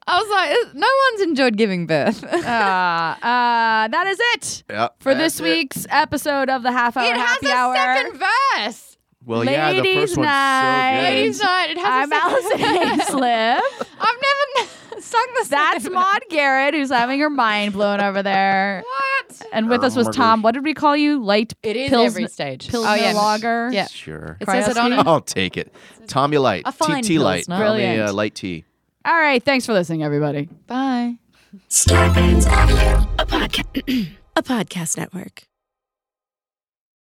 [SPEAKER 2] I was like, no one's enjoyed giving birth.
[SPEAKER 4] Uh, uh, that is it
[SPEAKER 3] Yeah,
[SPEAKER 4] for
[SPEAKER 3] that's
[SPEAKER 4] this
[SPEAKER 3] it.
[SPEAKER 4] week's episode of the Half Hour
[SPEAKER 2] it has
[SPEAKER 4] Happy
[SPEAKER 2] a
[SPEAKER 4] Hour.
[SPEAKER 2] second verse.
[SPEAKER 3] Well, yeah, the
[SPEAKER 4] Ladies'
[SPEAKER 3] first one's
[SPEAKER 4] night.
[SPEAKER 3] so good.
[SPEAKER 2] Ladies' night. It has
[SPEAKER 4] I'm
[SPEAKER 2] a second
[SPEAKER 4] Allison Hayslip.
[SPEAKER 2] I've never n- sung the
[SPEAKER 4] That's
[SPEAKER 2] second
[SPEAKER 4] Maud Garrett, who's having her mind blown over there.
[SPEAKER 2] verse. What?
[SPEAKER 4] And with us was
[SPEAKER 3] Murders.
[SPEAKER 4] Tom. What did we call you? Light
[SPEAKER 2] Oh, It is
[SPEAKER 4] Pils-
[SPEAKER 2] every stage.
[SPEAKER 4] Pilsner
[SPEAKER 2] Oh, yeah.
[SPEAKER 4] lager.
[SPEAKER 2] Yeah.
[SPEAKER 3] Sure.
[SPEAKER 2] It says it on
[SPEAKER 4] Krajewski?
[SPEAKER 2] it.
[SPEAKER 3] I'll take it. Tommy Light.
[SPEAKER 2] A fine
[SPEAKER 3] T Light.
[SPEAKER 2] Pilsner.
[SPEAKER 3] Tommy,
[SPEAKER 4] Brilliant.
[SPEAKER 3] uh, light tea.
[SPEAKER 4] All right. Thanks for listening, everybody.
[SPEAKER 2] Bye.
[SPEAKER 1] Star Brands Audio, a podcast, a podcast network.